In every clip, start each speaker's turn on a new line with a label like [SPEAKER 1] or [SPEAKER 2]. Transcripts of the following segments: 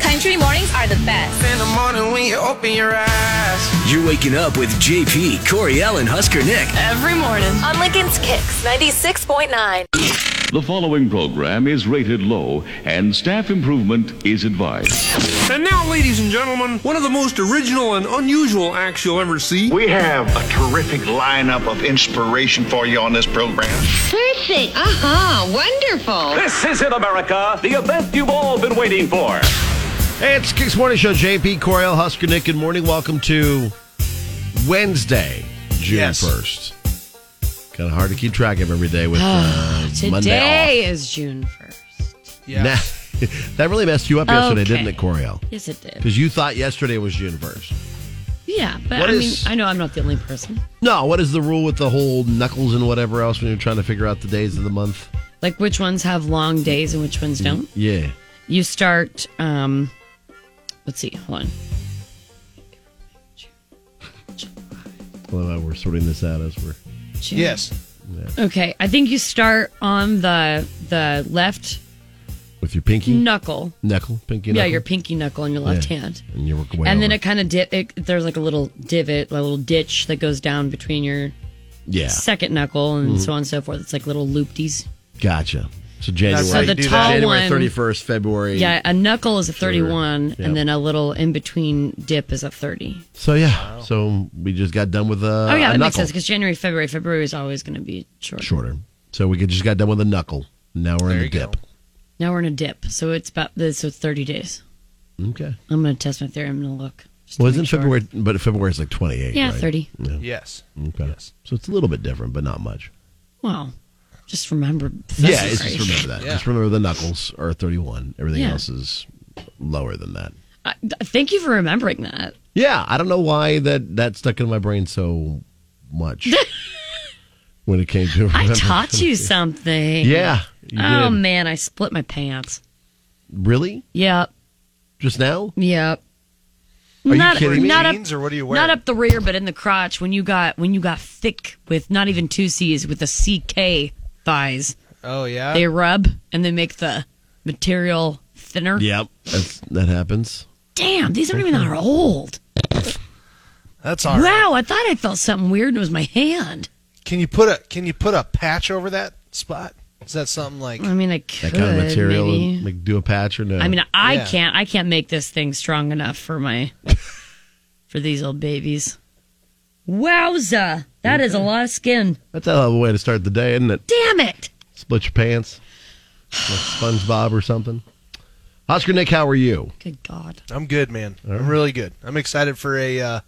[SPEAKER 1] Country mornings are the best.
[SPEAKER 2] in the morning when you open your eyes.
[SPEAKER 3] You're waking up with JP, Coriel, and Husker Nick.
[SPEAKER 4] Every morning.
[SPEAKER 5] On Lincoln's Kicks 96.9.
[SPEAKER 6] The following program is rated low and staff improvement is advised.
[SPEAKER 7] And now, ladies and gentlemen, one of the most original and unusual acts you'll ever see.
[SPEAKER 8] We have a terrific lineup of inspiration for you on this program.
[SPEAKER 9] Perfect. Uh-huh. Wonderful.
[SPEAKER 10] This is it, America, the event you've all been waiting for.
[SPEAKER 11] Hey, it's Kicks Morning Show. JP Coriel, Husker Nick. Good morning. Welcome to Wednesday, June
[SPEAKER 7] Yes.
[SPEAKER 11] first. Kind of hard to keep track of every day with uh, Monday
[SPEAKER 4] Ah, Today is June 1st.
[SPEAKER 11] off. Nah, that really messed you up yesterday,
[SPEAKER 4] Okay.
[SPEAKER 11] didn't it, Coriel?
[SPEAKER 4] Yes, it did.
[SPEAKER 11] Because you thought yesterday was June first.
[SPEAKER 4] Yeah, but
[SPEAKER 11] What
[SPEAKER 4] I
[SPEAKER 11] is-
[SPEAKER 4] mean, I know I'm not the only person.
[SPEAKER 11] No, what is the rule with the whole knuckles and whatever else when you're trying to figure out the days of the month?
[SPEAKER 4] Like, which ones have long days and which ones don't?
[SPEAKER 11] Yeah,
[SPEAKER 4] You start, um, let's see, hold on.
[SPEAKER 11] I love how we're sorting this out as we're.
[SPEAKER 4] June. Okay, I think you start on the the left
[SPEAKER 11] With your pinky
[SPEAKER 4] knuckle.
[SPEAKER 11] knuckle, pinky knuckle.
[SPEAKER 4] Yeah, your pinky knuckle on your left
[SPEAKER 11] Yeah.
[SPEAKER 4] hand.
[SPEAKER 11] and you work away.
[SPEAKER 4] and then
[SPEAKER 11] over.
[SPEAKER 4] it kind of di- it, there's like a little divot, a little ditch that goes down between your
[SPEAKER 11] yeah, Mm-hmm.
[SPEAKER 4] second knuckle and so on and so forth. It's like little loopties.
[SPEAKER 11] gotcha. So January,
[SPEAKER 4] So the tall
[SPEAKER 11] January
[SPEAKER 4] one-
[SPEAKER 11] thirty first, February.
[SPEAKER 4] Yeah, a knuckle is a 31,
[SPEAKER 11] Yep.
[SPEAKER 4] and then a little in between dip is a 30.
[SPEAKER 11] So yeah, so we just got done with uh,
[SPEAKER 4] oh, yeah,
[SPEAKER 11] a
[SPEAKER 4] that
[SPEAKER 11] knuckle.
[SPEAKER 4] makes sense because January, February, February is always going to be short.
[SPEAKER 11] Shorter. So we could just got done with a knuckle. Now we're in the dip.
[SPEAKER 4] Now we're in a dip, so it's about this, so it's 30 days.
[SPEAKER 11] Okay.
[SPEAKER 4] I'm going to test my theory. I'm going to look. just to
[SPEAKER 11] Well,
[SPEAKER 4] make
[SPEAKER 11] isn't
[SPEAKER 4] sure.
[SPEAKER 11] February? But February is like twenty eight.
[SPEAKER 4] Yeah,
[SPEAKER 11] right?
[SPEAKER 4] 30.
[SPEAKER 2] Yes.
[SPEAKER 11] Okay. So it's a little bit different, but not much.
[SPEAKER 4] Wow. Just remember.
[SPEAKER 11] yeah, it's just remember that.
[SPEAKER 2] Yeah.
[SPEAKER 11] Just remember the knuckles are thirty one. Everything
[SPEAKER 4] Yeah.
[SPEAKER 11] else is lower than that.
[SPEAKER 4] I, I- thank you for remembering that.
[SPEAKER 11] Yeah, I don't know why that that stuck in my brain so much when it came to.
[SPEAKER 4] I
[SPEAKER 11] remembering.
[SPEAKER 4] taught you something.
[SPEAKER 11] Yeah. you
[SPEAKER 4] Oh,
[SPEAKER 11] did.
[SPEAKER 4] man, I split my pants.
[SPEAKER 11] Really?
[SPEAKER 4] Yep.
[SPEAKER 11] Just now?
[SPEAKER 4] Yep.
[SPEAKER 11] Are
[SPEAKER 4] not,
[SPEAKER 11] you kidding me?
[SPEAKER 4] Not up,
[SPEAKER 2] Jeans, or what do you
[SPEAKER 4] Not
[SPEAKER 2] wear?
[SPEAKER 4] up the rear, but in the crotch. When you got when you got thick with not even two C's with a CK thighs,
[SPEAKER 2] Oh yeah.
[SPEAKER 4] they rub and they make the material thinner.
[SPEAKER 11] Yep. That's, that happens.
[SPEAKER 4] Damn, these aren't even that old.
[SPEAKER 2] That's all right.
[SPEAKER 4] Wow, I thought I felt something weird and it was my hand.
[SPEAKER 2] Can you put a Can you put a patch over that spot? Is that something like?
[SPEAKER 4] I mean, I could
[SPEAKER 11] That kind of material,
[SPEAKER 4] maybe.
[SPEAKER 11] like do a patch or no?
[SPEAKER 4] I mean, I
[SPEAKER 2] Yeah.
[SPEAKER 4] can't. I can't make this thing strong enough for my for these old babies. Wowza, that is a lot of skin.
[SPEAKER 11] That's a hell of a way to start the day, isn't it?
[SPEAKER 4] Damn it.
[SPEAKER 11] Split your pants, like SpongeBob or something. Oscar Nick, how are you?
[SPEAKER 4] Good God.
[SPEAKER 2] I'm good, man. I'm really good. I'm excited for a uh,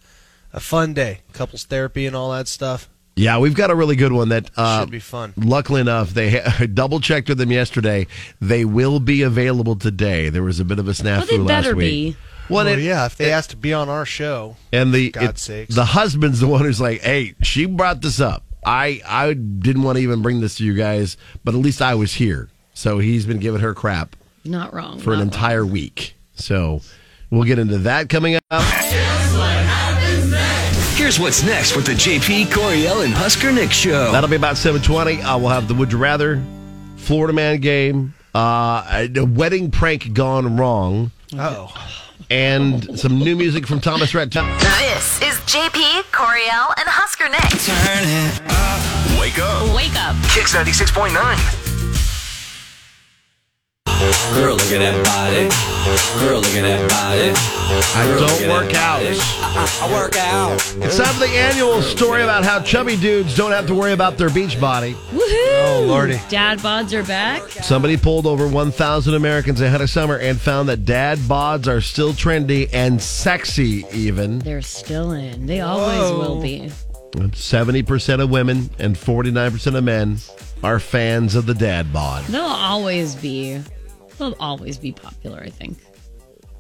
[SPEAKER 2] a fun day, couples therapy and all that stuff.
[SPEAKER 11] Yeah, we've got a really good one that uh,
[SPEAKER 2] Should be fun.
[SPEAKER 11] Luckily enough, they ha- double checked with them yesterday. They will be available today. There was a bit of a snafu
[SPEAKER 4] they
[SPEAKER 11] last
[SPEAKER 4] better
[SPEAKER 11] week.
[SPEAKER 4] be.
[SPEAKER 11] Well,
[SPEAKER 2] Well,
[SPEAKER 11] it-
[SPEAKER 2] yeah, if they asked to be on our show,
[SPEAKER 11] And the
[SPEAKER 2] God
[SPEAKER 11] it-
[SPEAKER 2] sakes.
[SPEAKER 11] the husband's the one who's like, "Hey, she brought this up. I I didn't want to even bring this to you guys, but at least I was here." So he's been giving her crap
[SPEAKER 4] Not wrong.
[SPEAKER 11] for an
[SPEAKER 4] not wrong.
[SPEAKER 11] entire week. So we'll get into that coming up.
[SPEAKER 3] Here's what's next with the JP, Coriel, and Husker Nick show.
[SPEAKER 11] That'll be about 7:20. Uh, we'll have the Would You Rather, Florida Man game, uh, a wedding prank gone wrong,
[SPEAKER 2] oh,
[SPEAKER 11] and some new music from Thomas Rhett.
[SPEAKER 5] This is JP, Coriel, and Husker Nick.
[SPEAKER 3] Wake up.
[SPEAKER 1] Wake up.
[SPEAKER 3] Kicks 96.9. Girl, look at that body. Girl, look at that body.
[SPEAKER 11] I don't work out.
[SPEAKER 3] I work out.
[SPEAKER 11] It's time for the annual story about how chubby dudes don't have to worry about their beach body.
[SPEAKER 4] Woohoo!
[SPEAKER 2] Oh, lordy.
[SPEAKER 4] Dad bods are back.
[SPEAKER 11] Somebody pulled over 1,000 Americans ahead of summer and found that dad bods are still trendy and sexy, even.
[SPEAKER 4] They're still in. They always will be.
[SPEAKER 11] 70% of women and 49% of men are fans of the dad bod.
[SPEAKER 4] They'll always be. They'll always be popular. I think.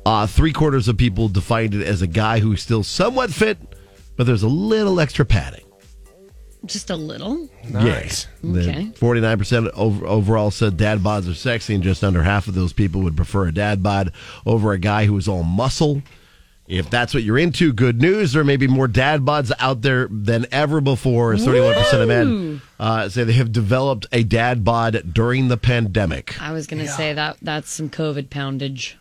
[SPEAKER 11] Uh, three quarters of people defined it as a guy who's still somewhat fit, but there's a little extra padding.
[SPEAKER 4] Just a little.
[SPEAKER 2] nice.
[SPEAKER 4] Okay.
[SPEAKER 11] Forty-nine percent overall said dad bods are sexy, and just under half of those people would prefer a dad bod over a guy who is all muscle. If that's what you're into, good news. There may be more dad bods out there than ever before. As Thirty-one percent of men uh, say they have developed a dad bod during the pandemic.
[SPEAKER 4] I was gonna say that that's some COVID poundage.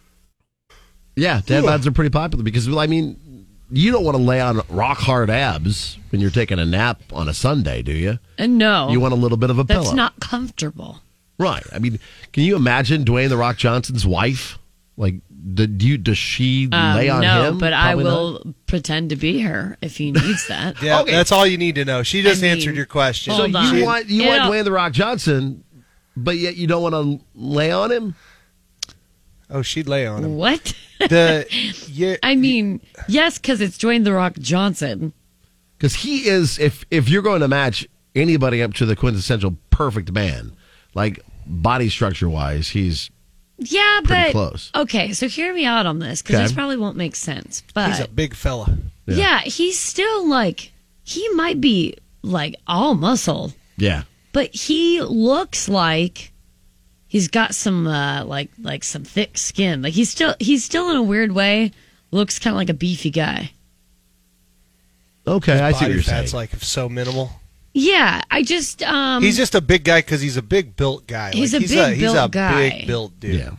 [SPEAKER 11] Yeah, dad bods are pretty popular because, well, I mean, you don't want to lay on rock hard abs when you're taking a nap on a Sunday, do you?
[SPEAKER 4] And no,
[SPEAKER 11] You want a little bit of a
[SPEAKER 4] that's
[SPEAKER 11] pillow.
[SPEAKER 4] not comfortable.
[SPEAKER 11] Right. I mean, can you imagine Dwayne the Rock Johnson's wife? Like, do, do you does she
[SPEAKER 4] Um,
[SPEAKER 11] lay on
[SPEAKER 4] no,
[SPEAKER 11] him?
[SPEAKER 4] but I
[SPEAKER 11] Probably not.
[SPEAKER 4] will pretend to be her if he needs that.
[SPEAKER 2] Yeah,
[SPEAKER 11] Okay.
[SPEAKER 2] that's all you need to know. She just
[SPEAKER 4] I mean,
[SPEAKER 2] answered your question.
[SPEAKER 4] hold
[SPEAKER 2] She-
[SPEAKER 4] on.
[SPEAKER 11] You want you
[SPEAKER 4] Ew.
[SPEAKER 11] want Dwayne the Rock Johnson, but yet you don't want to lay on him.
[SPEAKER 2] Oh, she'd lay on him.
[SPEAKER 4] What?
[SPEAKER 2] The yeah,
[SPEAKER 4] I mean, yes, because it's Dwayne the Rock Johnson.
[SPEAKER 11] because he is if if you're going to match anybody up to the quintessential perfect man like body structure wise he's
[SPEAKER 4] Yeah, but
[SPEAKER 11] Pretty close.
[SPEAKER 4] okay. So hear me out on this because
[SPEAKER 11] Okay.
[SPEAKER 4] this probably won't make sense. But
[SPEAKER 2] he's a big fella.
[SPEAKER 11] Yeah.
[SPEAKER 4] yeah. he's still like he might be like all muscle,
[SPEAKER 11] yeah
[SPEAKER 4] but he looks like he's got some uh, like like some thick skin. Like he's still he's still in a weird way looks kind of like a beefy guy.
[SPEAKER 11] okay i see what
[SPEAKER 2] Body
[SPEAKER 11] you're saying
[SPEAKER 2] fat's like so minimal.
[SPEAKER 4] Yeah, I just um
[SPEAKER 2] he's just a big guy because he's a big built guy.
[SPEAKER 4] He's
[SPEAKER 2] Like,
[SPEAKER 4] a big
[SPEAKER 2] he's a
[SPEAKER 4] built guy.
[SPEAKER 2] big built dude.
[SPEAKER 11] yeah
[SPEAKER 2] Yeah.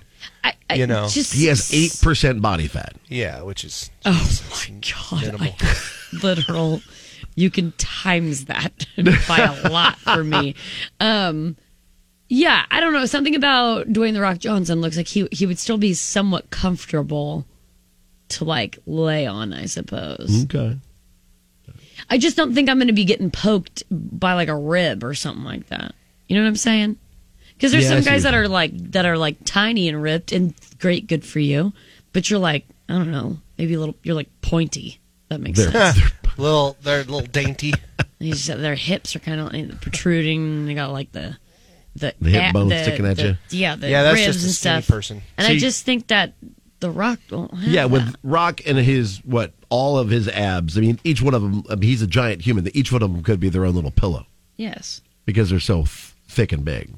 [SPEAKER 4] I, I
[SPEAKER 2] you know,
[SPEAKER 4] just
[SPEAKER 11] he has 8% body fat
[SPEAKER 2] which is
[SPEAKER 4] Oh my god!
[SPEAKER 2] minimal.
[SPEAKER 4] I, literal, you can times that by a lot for me. Um, yeah, I don't know. Something about Dwayne the Rock Johnson looks like he he would still be somewhat comfortable to like lay on. I suppose.
[SPEAKER 11] okay
[SPEAKER 4] I just don't think I'm going to be getting poked by like a rib or something like that. You know what I'm saying? Because there's
[SPEAKER 11] Yeah, I
[SPEAKER 4] some
[SPEAKER 11] see
[SPEAKER 4] guys
[SPEAKER 11] what
[SPEAKER 4] that
[SPEAKER 11] you
[SPEAKER 4] are like that are like tiny and ripped and great, good for you. But you're like I don't know, maybe a little. You're like pointy. That makes
[SPEAKER 11] They're-
[SPEAKER 4] sense.
[SPEAKER 2] little, they're a little dainty.
[SPEAKER 4] And you just- their hips are kind of like protruding. Mm, They got like the the,
[SPEAKER 11] The hip
[SPEAKER 4] a-
[SPEAKER 11] bone sticking at
[SPEAKER 4] the-
[SPEAKER 11] you.
[SPEAKER 4] Yeah, the
[SPEAKER 2] Yeah, that's
[SPEAKER 4] ribs
[SPEAKER 2] just a
[SPEAKER 4] and
[SPEAKER 2] skinny
[SPEAKER 4] stuff.
[SPEAKER 2] person.
[SPEAKER 4] And I
[SPEAKER 11] See-
[SPEAKER 4] just think that the Rock won't have
[SPEAKER 11] yeah with
[SPEAKER 4] that.
[SPEAKER 11] rock and his what all of his abs i mean each one of them I mean, he's a giant human each one of them could be their own little pillow
[SPEAKER 4] yes.
[SPEAKER 11] because they're so th- thick and big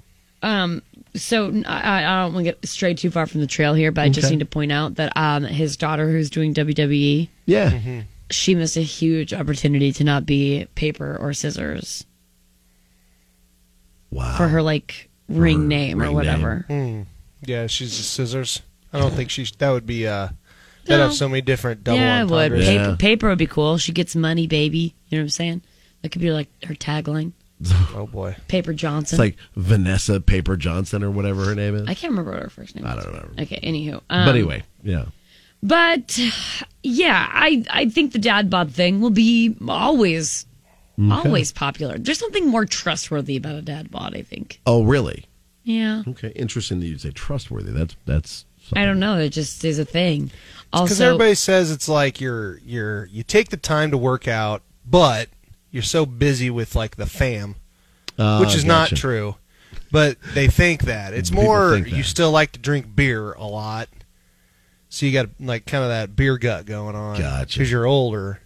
[SPEAKER 4] Um, so n- I, I don't want to get strayed too far from the trail here, but I just
[SPEAKER 11] Okay.
[SPEAKER 4] need to point out that um, his daughter, who's doing WWE,
[SPEAKER 11] yeah
[SPEAKER 2] Mm-hmm.
[SPEAKER 4] she missed a huge opportunity to not be paper or scissors
[SPEAKER 11] wow
[SPEAKER 4] for her like ring
[SPEAKER 11] her
[SPEAKER 4] name
[SPEAKER 11] ring
[SPEAKER 4] or whatever.
[SPEAKER 2] Hmm. Yeah, she's a scissors. I don't think she. That would be. uh That
[SPEAKER 4] No.
[SPEAKER 2] have so many different double
[SPEAKER 4] yeah, I would.
[SPEAKER 2] entendres.
[SPEAKER 11] Yeah.
[SPEAKER 4] Paper, paper would be cool. She gets money, baby. You know what I'm saying? That could be like her tagline.
[SPEAKER 2] Oh boy,
[SPEAKER 4] Paper Johnson.
[SPEAKER 11] it's like vanessa paper johnson or whatever her name is
[SPEAKER 4] I can't remember what her first name.
[SPEAKER 11] I
[SPEAKER 4] is.
[SPEAKER 11] don't remember.
[SPEAKER 4] Okay. Anywho. Um,
[SPEAKER 11] but anyway yeah
[SPEAKER 4] But yeah, I I think the dad bod thing will be always always popular. There's something more trustworthy about a dad bod, I think.
[SPEAKER 11] oh really
[SPEAKER 4] Yeah.
[SPEAKER 11] Okay, interesting that you'd say trustworthy. That's that's.
[SPEAKER 4] I don't know, it just is a thing.
[SPEAKER 2] because
[SPEAKER 4] Also
[SPEAKER 2] everybody says it's like you're you're you take the time to work out, but you're so busy with like the fam,
[SPEAKER 11] Uh,
[SPEAKER 2] which is not
[SPEAKER 11] gotcha.
[SPEAKER 2] true. But they think that it's
[SPEAKER 11] People
[SPEAKER 2] more
[SPEAKER 11] think that.
[SPEAKER 2] you still like to drink beer a lot, so you got like kind of that beer gut going on.
[SPEAKER 11] Gotcha.
[SPEAKER 2] Because you're older.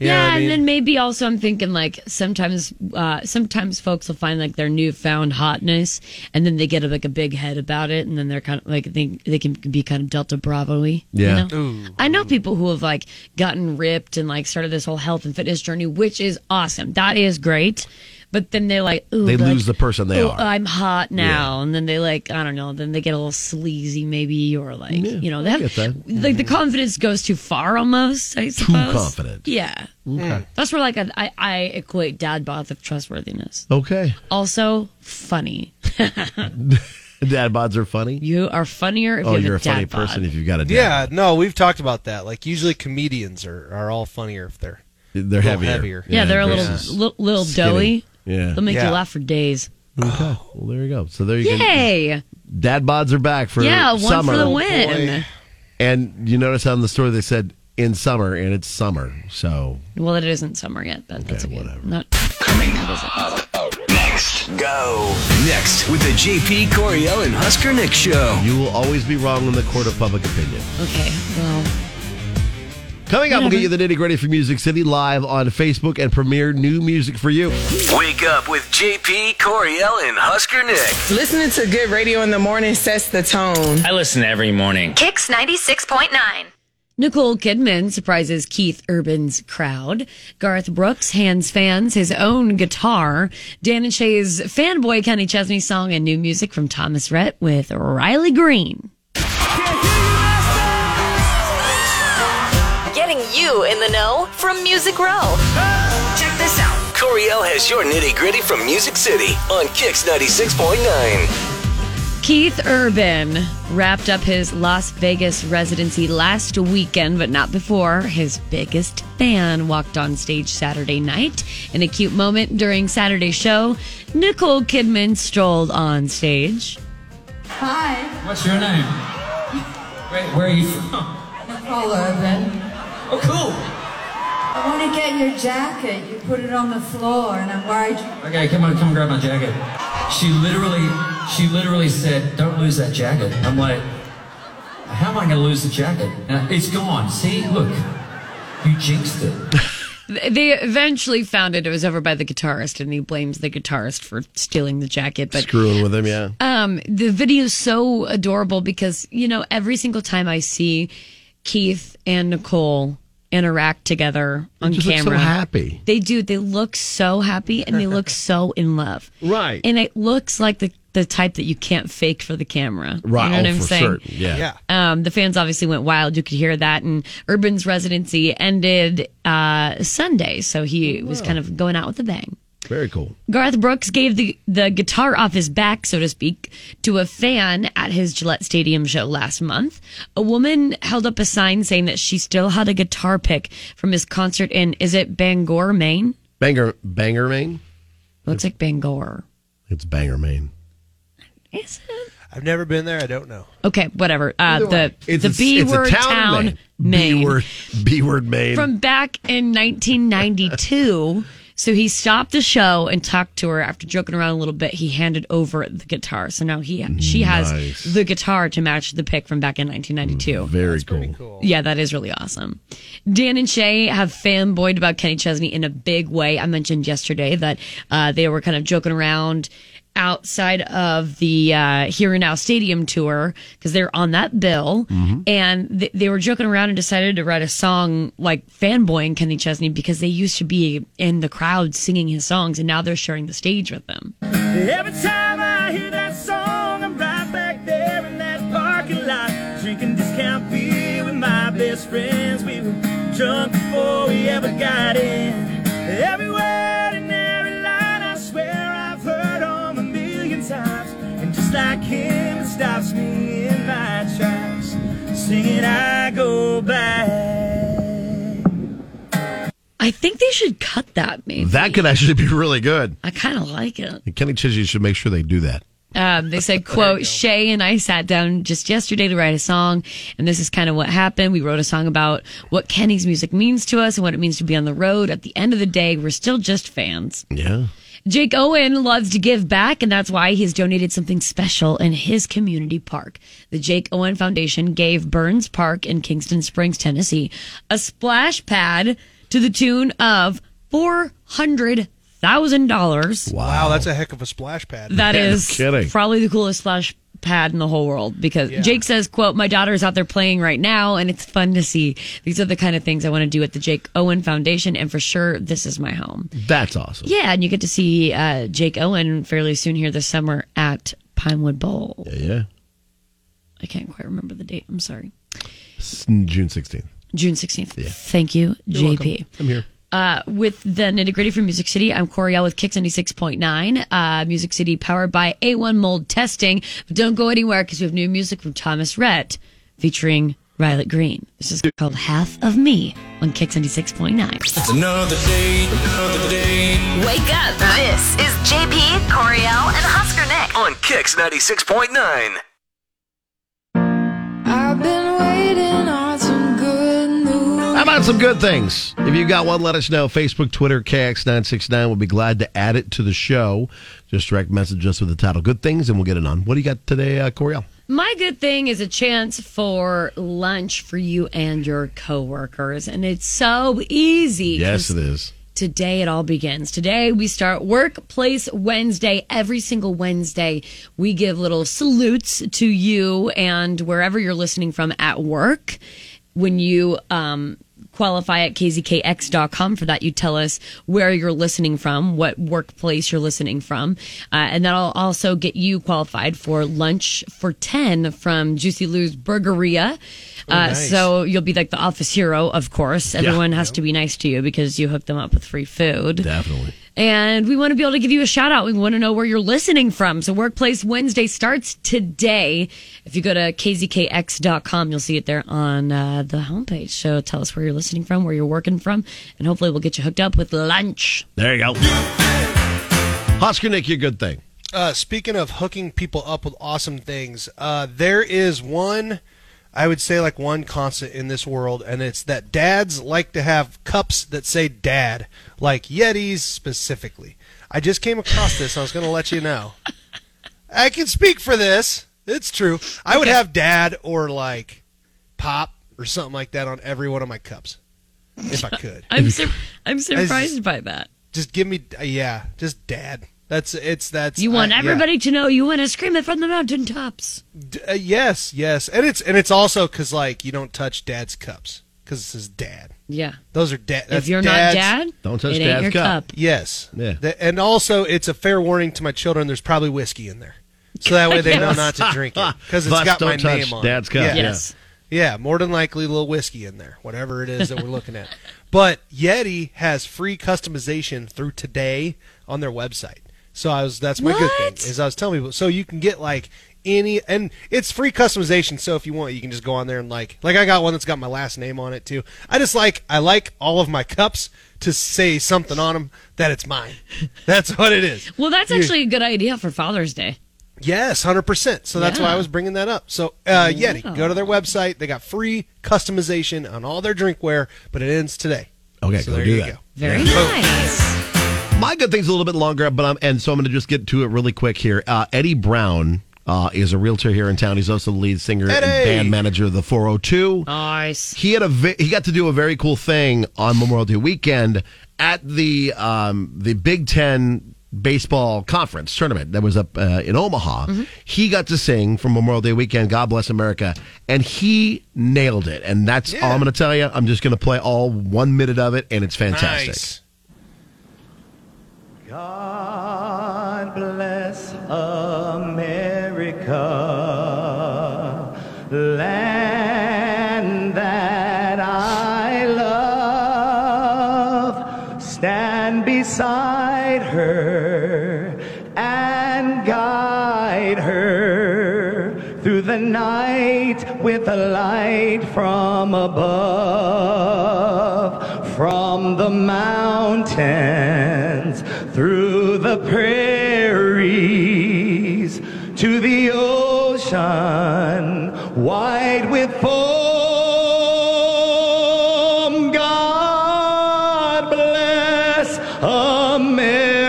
[SPEAKER 2] You know
[SPEAKER 4] yeah,
[SPEAKER 2] what I mean?
[SPEAKER 4] and then maybe also I'm thinking like sometimes uh, sometimes folks will find like their newfound hotness, and then they get like a big head about it, and then they're kind of like they they can be kind of Delta Bravo-y. you
[SPEAKER 11] Yeah.
[SPEAKER 4] know? I know people who have like gotten ripped and like started this whole health and fitness journey, which is awesome. That is great, but then they like ooh,
[SPEAKER 11] They
[SPEAKER 4] like,
[SPEAKER 11] lose the person they
[SPEAKER 4] "Oh,
[SPEAKER 11] are."
[SPEAKER 4] I'm hot now, and then they like I don't know, then they get a little sleazy maybe, or like
[SPEAKER 11] Yeah,
[SPEAKER 4] you know
[SPEAKER 11] I
[SPEAKER 4] they have
[SPEAKER 11] get that.
[SPEAKER 4] like the confidence goes too far almost. I suppose
[SPEAKER 11] confident.
[SPEAKER 4] Yeah. That's where like I, I, I equate dad bod with trustworthiness.
[SPEAKER 11] Okay,
[SPEAKER 4] Also, funny.
[SPEAKER 11] dad bods are funny.
[SPEAKER 4] You are funnier if
[SPEAKER 11] oh,
[SPEAKER 4] you have
[SPEAKER 11] you're
[SPEAKER 4] a,
[SPEAKER 11] a funny
[SPEAKER 4] dad bod.
[SPEAKER 11] person if you've got a dad.
[SPEAKER 2] yeah, no, we've talked about that. Like usually comedians are are all funnier if they're
[SPEAKER 11] bod. they're
[SPEAKER 2] little
[SPEAKER 11] heavier.
[SPEAKER 2] heavier.
[SPEAKER 4] yeah, they're a little
[SPEAKER 11] versus
[SPEAKER 4] li- little
[SPEAKER 11] skinny.
[SPEAKER 4] doughy.
[SPEAKER 11] Yeah.
[SPEAKER 4] They'll make
[SPEAKER 2] Yeah.
[SPEAKER 4] you laugh for days.
[SPEAKER 11] Okay. Well, there you go. So there you go.
[SPEAKER 4] Yay!
[SPEAKER 11] Dad bods are back for
[SPEAKER 4] yeah, one
[SPEAKER 11] summer.
[SPEAKER 4] for the win.
[SPEAKER 11] And you notice on the story they said in summer, and it's summer. So
[SPEAKER 4] Well, it isn't summer yet, but that's okay.
[SPEAKER 11] whatever.
[SPEAKER 4] Not
[SPEAKER 3] Go. Next with the JP Coriel and Husker Nick show.
[SPEAKER 11] you will always be wrong in the court of public opinion.
[SPEAKER 4] okay. Well,
[SPEAKER 11] Coming up, we'll get you the nitty gritty for Music City live on Facebook and premiere new music for you.
[SPEAKER 3] Wake up with JP Coriel and Husker Nick.
[SPEAKER 9] Listening to good radio in the morning sets the tone.
[SPEAKER 10] I listen every morning.
[SPEAKER 5] Kicks 96.9.
[SPEAKER 4] Nicole Kidman surprises Keith Urban's crowd. Garth Brooks hands fans his own guitar. Dan and Shay's fanboy Kenny Chesney song and new music from Thomas Rhett with Riley Green.
[SPEAKER 10] Can't hear you, master.
[SPEAKER 5] you in the know from Music Row. Check this out.
[SPEAKER 3] Coriel has your nitty gritty from Music City on Kix 96.9.
[SPEAKER 4] Keith Urban wrapped up his Las Vegas residency last weekend, but not before his biggest fan walked on stage Saturday night. In a cute moment during Saturday's show, Nicole Kidman strolled on stage.
[SPEAKER 1] Hi,
[SPEAKER 12] What's your name? Where, where are you from?
[SPEAKER 1] Nicole Urban.
[SPEAKER 12] Oh, cool.
[SPEAKER 1] I want to get your jacket. You put it on the floor, and I'm worried. You-
[SPEAKER 12] Okay, come on, come grab my jacket. She literally, she literally said, "Don't lose that jacket." I'm like, how am I going to lose the jacket? And it's gone. See, look, you jinxed it.
[SPEAKER 4] Th- They eventually found it. It was over by the guitarist, and he blames the guitarist for stealing the jacket. But
[SPEAKER 11] Screwing with him, yeah.
[SPEAKER 4] Um, the video is so adorable because you know every single time I see Keith and Nicole interact together on
[SPEAKER 11] just look so
[SPEAKER 4] camera,
[SPEAKER 11] happy.
[SPEAKER 4] They do. They look so happy and they look so in love.
[SPEAKER 11] Right.
[SPEAKER 4] And it looks like the the type that you can't fake for the camera.
[SPEAKER 11] Right,
[SPEAKER 4] You know
[SPEAKER 11] oh,
[SPEAKER 4] what I'm
[SPEAKER 11] for
[SPEAKER 4] saying?
[SPEAKER 11] certain, yeah. Yeah.
[SPEAKER 4] Um, the fans obviously went wild. You could hear that. And Urban's residency ended uh, Sunday, so
[SPEAKER 11] Oh,
[SPEAKER 4] he was kind of going out with a bang.
[SPEAKER 11] Very cool.
[SPEAKER 4] Garth Brooks gave the, the guitar off his back, so to speak, to a fan at his Gillette Stadium show last month. A woman held up a sign saying that she still had a guitar pick from his concert in, is it Bangor, Maine?
[SPEAKER 11] Banger, Banger Maine?
[SPEAKER 4] Looks like Bangor.
[SPEAKER 11] It's Banger Maine.
[SPEAKER 4] Is it?
[SPEAKER 2] I've never been there. I don't know.
[SPEAKER 4] Okay, whatever. Uh, the
[SPEAKER 11] It's
[SPEAKER 4] the
[SPEAKER 11] a-
[SPEAKER 4] B
[SPEAKER 11] it's a
[SPEAKER 4] word
[SPEAKER 11] town,
[SPEAKER 4] town,
[SPEAKER 11] Maine. B
[SPEAKER 4] Maine.
[SPEAKER 11] word, B word Maine.
[SPEAKER 4] from back in 1992. so he stopped the show and talked to her. After joking around a little bit, he handed over the guitar. So now he she
[SPEAKER 11] Nice. Mm.
[SPEAKER 4] has the guitar to match the pick from back in 1992.
[SPEAKER 11] Very cool.
[SPEAKER 4] Yeah, that is really awesome. Dan and Shay have fanboyed about Kenny Chesney in a big way. I mentioned yesterday that uh, they were kind of joking around outside of the uh, Here and Now Stadium tour because they're on that bill. And th- they were joking around and decided to write a song like fanboying Kenny Chesney because they used to be in the crowd singing his songs and now they're sharing the stage with them.
[SPEAKER 12] Every time I hear that song, I'm right back there in that parking lot, drinking discount beer with my best friends. We were drunk before we ever got in. Every word and every line, I swear I've heard on a million times. And just like him, it stops me in my tracks. Singing, I go back.
[SPEAKER 4] I think they should cut that, maybe.
[SPEAKER 11] That could actually be really good.
[SPEAKER 4] I kind of like it.
[SPEAKER 11] Kenny Chesney should make sure they do that.
[SPEAKER 4] Um, they said, quote, Shay and I sat down just yesterday to write a song, and this is kind of what happened. We wrote a song about what Kenny's music means to us and what it means to be on the road. At the end of the day, we're still just fans.
[SPEAKER 11] Yeah.
[SPEAKER 4] Jake Owen loves to give back, and that's why he's donated something special in his community park. The Jake Owen Foundation gave Burns Park in Kingston Springs, Tennessee, a splash pad to the tune of $400,000.
[SPEAKER 2] Wow, that's a heck of a splash pad.
[SPEAKER 4] That
[SPEAKER 11] Yeah, no
[SPEAKER 4] is
[SPEAKER 11] kidding.
[SPEAKER 4] probably the coolest splash pad in the whole world because Jake says, quote, my daughter's out there playing right now and it's fun to see. These are the kind of things I want to do at the Jake Owen Foundation and for sure this is my home.
[SPEAKER 11] That's awesome.
[SPEAKER 4] Yeah, and you get to see uh, Jake Owen fairly soon here this summer at Pinewood Bowl.
[SPEAKER 11] Yeah. yeah.
[SPEAKER 4] I can't quite remember the date. I'm sorry.
[SPEAKER 11] S- June 16th.
[SPEAKER 4] June 16th. Thank you, JP.
[SPEAKER 11] I'm here.
[SPEAKER 4] uh, with the nitty gritty from Music City. I'm Coriel with Kick 96.9. Uh, Music City powered by A1 Mold Testing. But don't go anywhere because we have new music from Thomas Rhett featuring Violet Green. This is called Half of Me on Kick 96.9.
[SPEAKER 3] It's another day, another day
[SPEAKER 5] Wake up. This is JP, Coriel, and Husker Nick.
[SPEAKER 3] on Kix 96.9.
[SPEAKER 1] I've been waiting on some good news.
[SPEAKER 11] How about some good things? If you got one, let us know. Facebook, Twitter, KX969. We'll be glad to add it to the show. Just direct message us with the title Good Things, and we'll get it on. What do you got today, uh, Coriel?
[SPEAKER 4] My good thing is a chance for lunch for you and your coworkers. And it's so easy.
[SPEAKER 11] Yes, it is.
[SPEAKER 4] Today it all begins. Today we start Workplace Wednesday. Every single Wednesday, we give little salutes to you and wherever you're listening from at work when you um, qualify at kzkx.com. For that, you tell us where you're listening from, what workplace you're listening from. Uh, and that'll also get you qualified for lunch for 10 from Juicy Lou's Burgeria.
[SPEAKER 13] Oh,
[SPEAKER 4] Uh,
[SPEAKER 13] nice.
[SPEAKER 4] So you'll be like the office hero, of course.
[SPEAKER 13] Yeah.
[SPEAKER 4] Everyone has to be nice to you because you hook them up with free food.
[SPEAKER 11] Definitely.
[SPEAKER 4] And we want to be able to give you a shout out. We want to know where you're listening from. So Workplace Wednesday starts today. If you go to kzkx.com, you'll see it there on uh, the homepage. So tell us where you're listening from, where you're working from, and hopefully we'll get you hooked up with lunch.
[SPEAKER 11] There you go. Husker Nick, your good thing.
[SPEAKER 2] Uh, speaking of hooking people up with awesome things, uh, there is one, I would say, like one constant in this world, and it's that dads like to have cups that say dad, like Yetis specifically. I just came across this, and I was going to let you know. I can speak for this. It's true. I would
[SPEAKER 14] Okay.
[SPEAKER 2] have dad or like pop or something like that on every one of my cups if I could.
[SPEAKER 4] I'm sur- I'm
[SPEAKER 2] I just-
[SPEAKER 4] surprised by that.
[SPEAKER 2] Just give me, uh, yeah, just dad. That's it's that's
[SPEAKER 4] You want
[SPEAKER 2] I- Uh, yeah.
[SPEAKER 4] everybody to know you want to scream it from the mountaintops.
[SPEAKER 2] D- uh, yes, yes, and it's and it's also because like you don't touch dad's cups because this is dad.
[SPEAKER 4] Yeah.
[SPEAKER 2] Those are dad.
[SPEAKER 4] If
[SPEAKER 2] that's
[SPEAKER 4] you're not
[SPEAKER 2] dad's-
[SPEAKER 4] dad, Don't touch it ain't dad's your cup. cup.
[SPEAKER 2] Yes.
[SPEAKER 11] Yeah.
[SPEAKER 2] Th- and also, it's a fair warning to my children. There's probably whiskey in there, so that way they know
[SPEAKER 11] Yes.
[SPEAKER 2] not to drink it because it's
[SPEAKER 11] Thus,
[SPEAKER 2] got
[SPEAKER 11] don't
[SPEAKER 2] my
[SPEAKER 11] touch
[SPEAKER 2] name on. it.
[SPEAKER 11] dad's cup,
[SPEAKER 2] Yeah.
[SPEAKER 11] yeah. Yes.
[SPEAKER 2] Yeah, more than likely a little whiskey in there, whatever it is that we're looking at. But Yeti has free customization through today on their website. So I was that's my good
[SPEAKER 4] What?
[SPEAKER 2] thing is I was telling people so you can get like any and it's free customization so if you want you can just go on there and like like I got one that's got my last name on it too. I just like I like all of my cups to say something on them that it's mine. That's what it is.
[SPEAKER 4] Well, that's
[SPEAKER 2] You-
[SPEAKER 4] actually a good idea for Father's Day.
[SPEAKER 2] Yes, hundred percent. So that's why
[SPEAKER 4] Yeah.
[SPEAKER 2] I was bringing that up. So uh,
[SPEAKER 4] Yeah.
[SPEAKER 2] Yeti, go to their website. They got free customization on all their drinkware, but it ends today.
[SPEAKER 11] Okay,
[SPEAKER 2] so
[SPEAKER 11] go
[SPEAKER 2] there
[SPEAKER 11] do
[SPEAKER 2] you
[SPEAKER 11] that.
[SPEAKER 2] go.
[SPEAKER 4] Very nice.
[SPEAKER 11] My good thing's a little bit longer, but I'm and so I'm going to just get to it really quick here. Uh, Eddie Brown uh, is a realtor here in town. He's also the lead singer and
[SPEAKER 4] Eddie!
[SPEAKER 11] band manager of the 402.
[SPEAKER 4] Nice.
[SPEAKER 11] He had a ve- he got to do a very cool thing on Memorial Day weekend at the um, the Big Ten baseball conference tournament that was up uh, in Omaha.
[SPEAKER 4] Mm-hmm.
[SPEAKER 11] He got to sing from Memorial Day weekend. God bless America, and he nailed it. And that's all I'm going to tell you. I'm just going to play all one minute of it, and it's fantastic.
[SPEAKER 2] Nice.
[SPEAKER 12] God bless America, land that I love. Stand beside her and guide her through the night with a light from above, from the mountains, through the prairies, to the ocean, wide with foam. God bless America,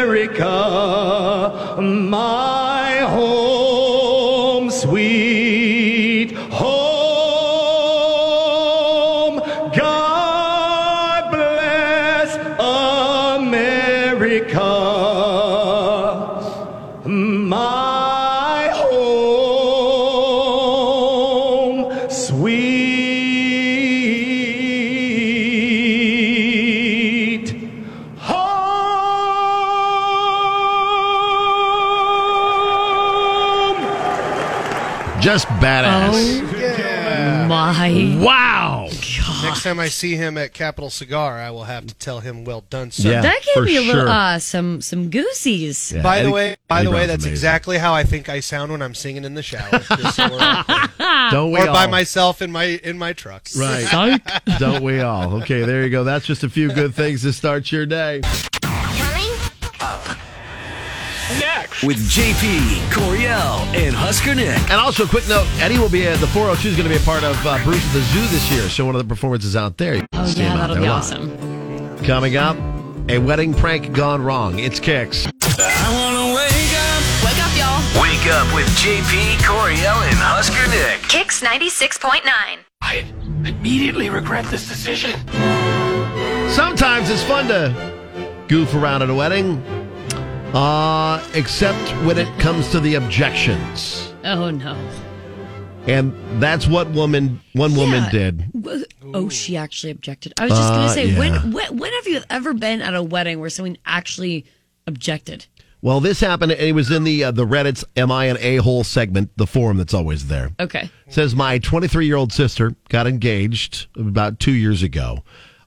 [SPEAKER 12] my home, sweet home. God bless America, my home, sweet
[SPEAKER 11] Just badass.
[SPEAKER 4] Oh, my.
[SPEAKER 11] Wow.
[SPEAKER 2] Next time I see him at Capital Cigar, I will have to tell him, "Well done, sir."
[SPEAKER 11] Yeah,
[SPEAKER 4] that gave
[SPEAKER 11] for
[SPEAKER 4] me a little
[SPEAKER 11] sure.
[SPEAKER 4] uh, some some goosies.
[SPEAKER 11] Yeah,
[SPEAKER 2] by
[SPEAKER 11] Eddie-
[SPEAKER 2] the way, by
[SPEAKER 11] Eddie
[SPEAKER 2] the way,
[SPEAKER 11] Brown's
[SPEAKER 2] that's
[SPEAKER 11] amazing.
[SPEAKER 2] exactly how I think I sound when I'm singing in the shower, just so we're all clear.
[SPEAKER 11] Don't we
[SPEAKER 2] or by
[SPEAKER 11] all.
[SPEAKER 2] myself in my in my truck.
[SPEAKER 11] Right. Don't we all? Okay, there you go. That's just a few good things to start your day.
[SPEAKER 3] Next. With JP, Coriel, and Husker Nick.
[SPEAKER 11] And also, quick note Eddie will be at the 402 is going to be a part of uh, Bruce at the Zoo this year. So, one of the performances out there.
[SPEAKER 4] Oh
[SPEAKER 11] See him
[SPEAKER 4] yeah,
[SPEAKER 11] out
[SPEAKER 4] that'll
[SPEAKER 11] there
[SPEAKER 4] be
[SPEAKER 11] live.
[SPEAKER 4] awesome.
[SPEAKER 11] Coming up, a wedding prank gone wrong. It's Kicks.
[SPEAKER 3] I wanna wake up.
[SPEAKER 5] Wake up, y'all.
[SPEAKER 3] Wake up with JP, Coriel, and Husker Nick.
[SPEAKER 5] Kicks 96.9.
[SPEAKER 3] I immediately regret this decision.
[SPEAKER 11] Sometimes it's fun to goof around at a wedding, uh, except when it comes to the objections.
[SPEAKER 4] Oh no.
[SPEAKER 11] And that's what woman one woman
[SPEAKER 4] Yeah.
[SPEAKER 11] did.
[SPEAKER 4] Wh- Oh, she actually objected. I was just going
[SPEAKER 11] Uh,
[SPEAKER 4] to say,
[SPEAKER 11] yeah.
[SPEAKER 4] when, when when have you ever been at a wedding where someone actually objected?
[SPEAKER 11] Well, this happened, and it was in the uh, the Reddit's "Am I an a hole?" segment, the forum that's always there.
[SPEAKER 4] Okay.
[SPEAKER 11] Says my 23 year old sister got engaged about two years ago.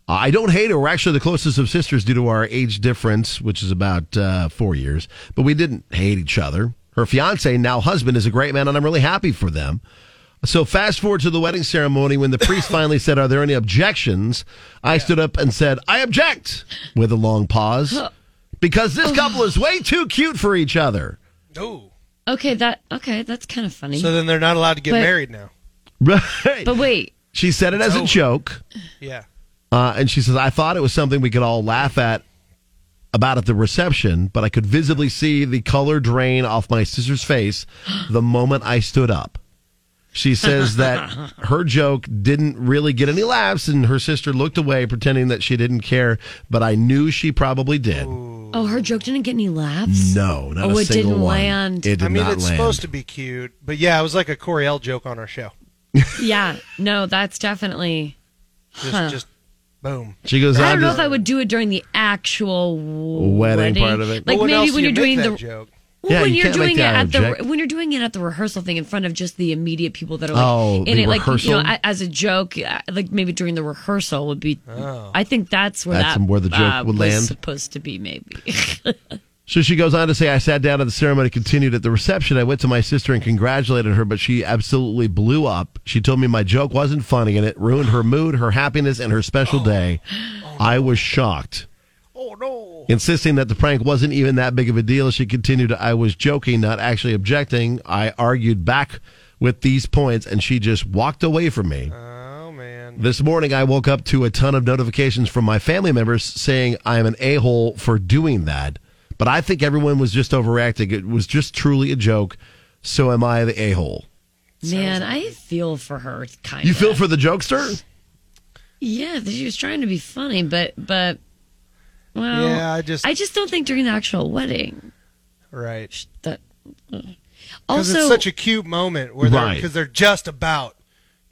[SPEAKER 11] I don't hate her. We're actually the closest of sisters due to our age difference, which is about uh, four years. But we didn't hate each other. Her fiance, now husband, is a great man, and I'm really happy for them. So fast forward to the wedding ceremony when the priest finally said, "Are there any objections?" I stood up and said, "I object," with a long pause, because this couple is way too cute for each other.
[SPEAKER 4] Okay, that okay, that's kind of funny.
[SPEAKER 2] So then they're not allowed to get
[SPEAKER 4] But-
[SPEAKER 2] married now.
[SPEAKER 11] Right?
[SPEAKER 4] But wait,
[SPEAKER 11] She said it as a
[SPEAKER 2] over.
[SPEAKER 11] joke.
[SPEAKER 2] Yeah.
[SPEAKER 11] Uh, and she says, I thought it was something we could all laugh at about at the reception, but I could visibly see the color drain off my sister's face the moment I stood up. She says that her joke didn't really get any laughs, and her sister looked away, pretending that she didn't care, but I knew she probably did.
[SPEAKER 4] oh, her joke didn't get any laughs.
[SPEAKER 11] No, not
[SPEAKER 4] oh,
[SPEAKER 11] a
[SPEAKER 4] it
[SPEAKER 11] single
[SPEAKER 4] didn't
[SPEAKER 11] one.
[SPEAKER 4] land.
[SPEAKER 11] It did
[SPEAKER 2] I mean,
[SPEAKER 11] not
[SPEAKER 2] it's
[SPEAKER 11] land.
[SPEAKER 2] supposed to be cute, but yeah, it was like a Coriel joke on our show.
[SPEAKER 4] yeah, no, that's definitely.
[SPEAKER 2] Just,
[SPEAKER 4] Huh.
[SPEAKER 2] just boom.
[SPEAKER 11] She goes
[SPEAKER 4] I
[SPEAKER 11] on
[SPEAKER 4] don't
[SPEAKER 11] to
[SPEAKER 4] know if I would do it during the actual w-
[SPEAKER 11] Wedding part of it.
[SPEAKER 4] Like
[SPEAKER 11] But when
[SPEAKER 4] maybe
[SPEAKER 11] else
[SPEAKER 4] when
[SPEAKER 11] do
[SPEAKER 4] you're
[SPEAKER 11] you
[SPEAKER 4] doing
[SPEAKER 11] make
[SPEAKER 4] the
[SPEAKER 11] that joke?
[SPEAKER 4] Well,
[SPEAKER 11] Yeah,
[SPEAKER 4] when
[SPEAKER 11] you
[SPEAKER 4] you're
[SPEAKER 11] can't make
[SPEAKER 4] doing it
[SPEAKER 11] that
[SPEAKER 4] at
[SPEAKER 11] object.
[SPEAKER 4] the when you're doing it at the rehearsal thing in front of just the immediate people that are like
[SPEAKER 11] Oh,
[SPEAKER 4] in
[SPEAKER 11] the
[SPEAKER 4] it, like you know,
[SPEAKER 11] rehearsal?
[SPEAKER 4] a- as a joke, uh, like maybe during the rehearsal would be.
[SPEAKER 2] Oh.
[SPEAKER 4] I think that's where
[SPEAKER 11] That's
[SPEAKER 4] that
[SPEAKER 11] where the joke
[SPEAKER 4] uh,
[SPEAKER 11] would
[SPEAKER 4] was
[SPEAKER 11] land?
[SPEAKER 4] supposed to be maybe.
[SPEAKER 11] So she goes on to say, I sat down at the ceremony, continued at the reception. I went to my sister and congratulated her, but she absolutely blew up. She told me my joke wasn't funny and it ruined her mood, her happiness, and her special day. I was shocked. Oh, no. Insisting that the prank wasn't even that big of a deal, she continued, I was joking, not actually objecting. I argued back with these points, and she just walked away from me. This morning, I woke up to a ton of notifications from my family members saying I'm an a hole for doing that. But I think everyone was just overreacting. It was just truly a joke. So am I the a hole?
[SPEAKER 4] Man, I feel for her kind.
[SPEAKER 11] You feel for the jokester?
[SPEAKER 4] Yeah, that she was trying to be funny, but but well,
[SPEAKER 2] Yeah, I just-
[SPEAKER 4] I just don't think during the actual wedding
[SPEAKER 2] Right.
[SPEAKER 4] that. uh.
[SPEAKER 2] Because
[SPEAKER 4] Also,
[SPEAKER 2] it's such a cute moment where they're
[SPEAKER 11] Right.
[SPEAKER 2] because they're just about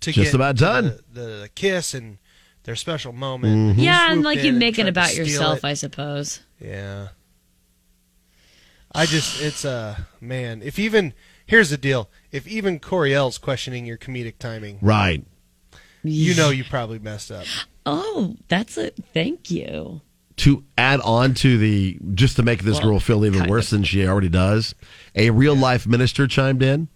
[SPEAKER 2] to
[SPEAKER 11] Just
[SPEAKER 2] get
[SPEAKER 11] about
[SPEAKER 2] to
[SPEAKER 11] done. Mm-hmm.
[SPEAKER 2] the, the, kiss and their special moment. You
[SPEAKER 4] yeah, and
[SPEAKER 2] swooped
[SPEAKER 4] like
[SPEAKER 2] in
[SPEAKER 4] you
[SPEAKER 2] and
[SPEAKER 4] make
[SPEAKER 2] tried
[SPEAKER 4] it
[SPEAKER 2] to
[SPEAKER 4] about
[SPEAKER 2] steal
[SPEAKER 4] yourself,
[SPEAKER 2] it.
[SPEAKER 4] I suppose.
[SPEAKER 2] Yeah. I just it's uh, man. If even here's the deal. If even Coriel's questioning your comedic timing,
[SPEAKER 11] Right.
[SPEAKER 2] you know you probably messed up.
[SPEAKER 4] Oh, that's a thank you.
[SPEAKER 11] To add on to the, just to make this
[SPEAKER 4] Well,
[SPEAKER 11] girl feel even
[SPEAKER 4] kind
[SPEAKER 11] worse than she already does, a real life minister chimed in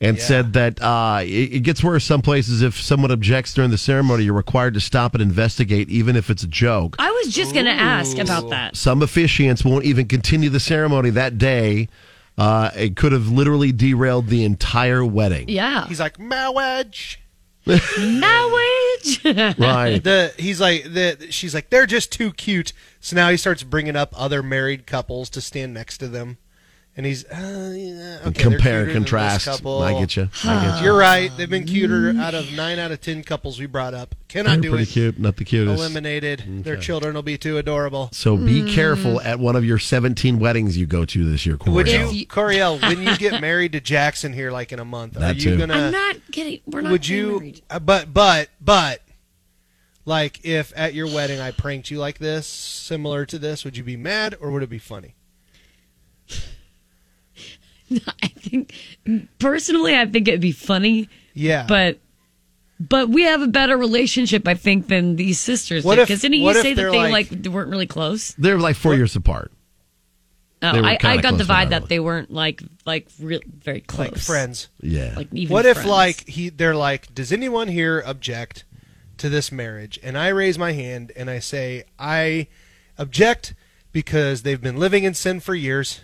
[SPEAKER 11] and
[SPEAKER 2] Yeah.
[SPEAKER 11] said that uh, it, it gets worse some places. If someone objects during the ceremony, you're required to stop and investigate, even if it's a joke.
[SPEAKER 4] I was just going to ask about that.
[SPEAKER 11] Some officiants won't even continue the ceremony that day. Uh, it could have literally derailed the entire wedding.
[SPEAKER 4] Yeah.
[SPEAKER 2] He's like marriage.
[SPEAKER 4] Marriage.
[SPEAKER 11] Right.
[SPEAKER 2] The he's like the she's like they're just too cute. So now he starts bringing up other married couples to stand next to them, and he's uh, yeah, okay, they're
[SPEAKER 11] compare
[SPEAKER 2] cuter
[SPEAKER 11] and
[SPEAKER 2] than this
[SPEAKER 11] contrast.
[SPEAKER 2] couple.
[SPEAKER 11] I get you. I get you.
[SPEAKER 2] You're right. They've been cuter out of nine out of ten couples we brought up. Cannot
[SPEAKER 11] They're
[SPEAKER 2] do
[SPEAKER 11] pretty
[SPEAKER 2] it.
[SPEAKER 11] cute, not the cutest.
[SPEAKER 2] Eliminated. Their children will be too adorable.
[SPEAKER 11] So be
[SPEAKER 4] Hmm. Mm.
[SPEAKER 11] careful at one of your 17 weddings you go to this year, Corey.
[SPEAKER 2] Would you, Coriel, when you get married to Jackson here, like in a month,
[SPEAKER 11] That
[SPEAKER 2] are you
[SPEAKER 11] too.
[SPEAKER 2] gonna?
[SPEAKER 4] I'm not getting. We're not
[SPEAKER 2] would
[SPEAKER 4] getting
[SPEAKER 2] you?
[SPEAKER 4] married.
[SPEAKER 2] uh, But but but, like, if at your wedding I pranked you like this, similar to this, would you be mad or would it be funny?
[SPEAKER 4] I think personally, I think it'd be funny,
[SPEAKER 2] Yeah,
[SPEAKER 4] but but we have a better relationship, I think, than these sisters.
[SPEAKER 2] What
[SPEAKER 4] did.
[SPEAKER 2] if-
[SPEAKER 4] Because didn't you
[SPEAKER 2] what if
[SPEAKER 4] say that
[SPEAKER 2] they're
[SPEAKER 4] they
[SPEAKER 2] like-
[SPEAKER 4] like, they weren't really close?
[SPEAKER 11] They're like four years apart.
[SPEAKER 4] No,
[SPEAKER 11] They were
[SPEAKER 4] oh, I, I
[SPEAKER 11] kinda
[SPEAKER 4] got the
[SPEAKER 11] close, but
[SPEAKER 4] vibe
[SPEAKER 11] not
[SPEAKER 4] that
[SPEAKER 11] really.
[SPEAKER 4] they weren't like like real very close,
[SPEAKER 2] like friends.
[SPEAKER 11] Yeah.
[SPEAKER 4] Like even
[SPEAKER 2] what if
[SPEAKER 4] friends.
[SPEAKER 2] like he? They're like, does anyone here object to this marriage? And I raise my hand and I say, I object because they've been living in sin for years.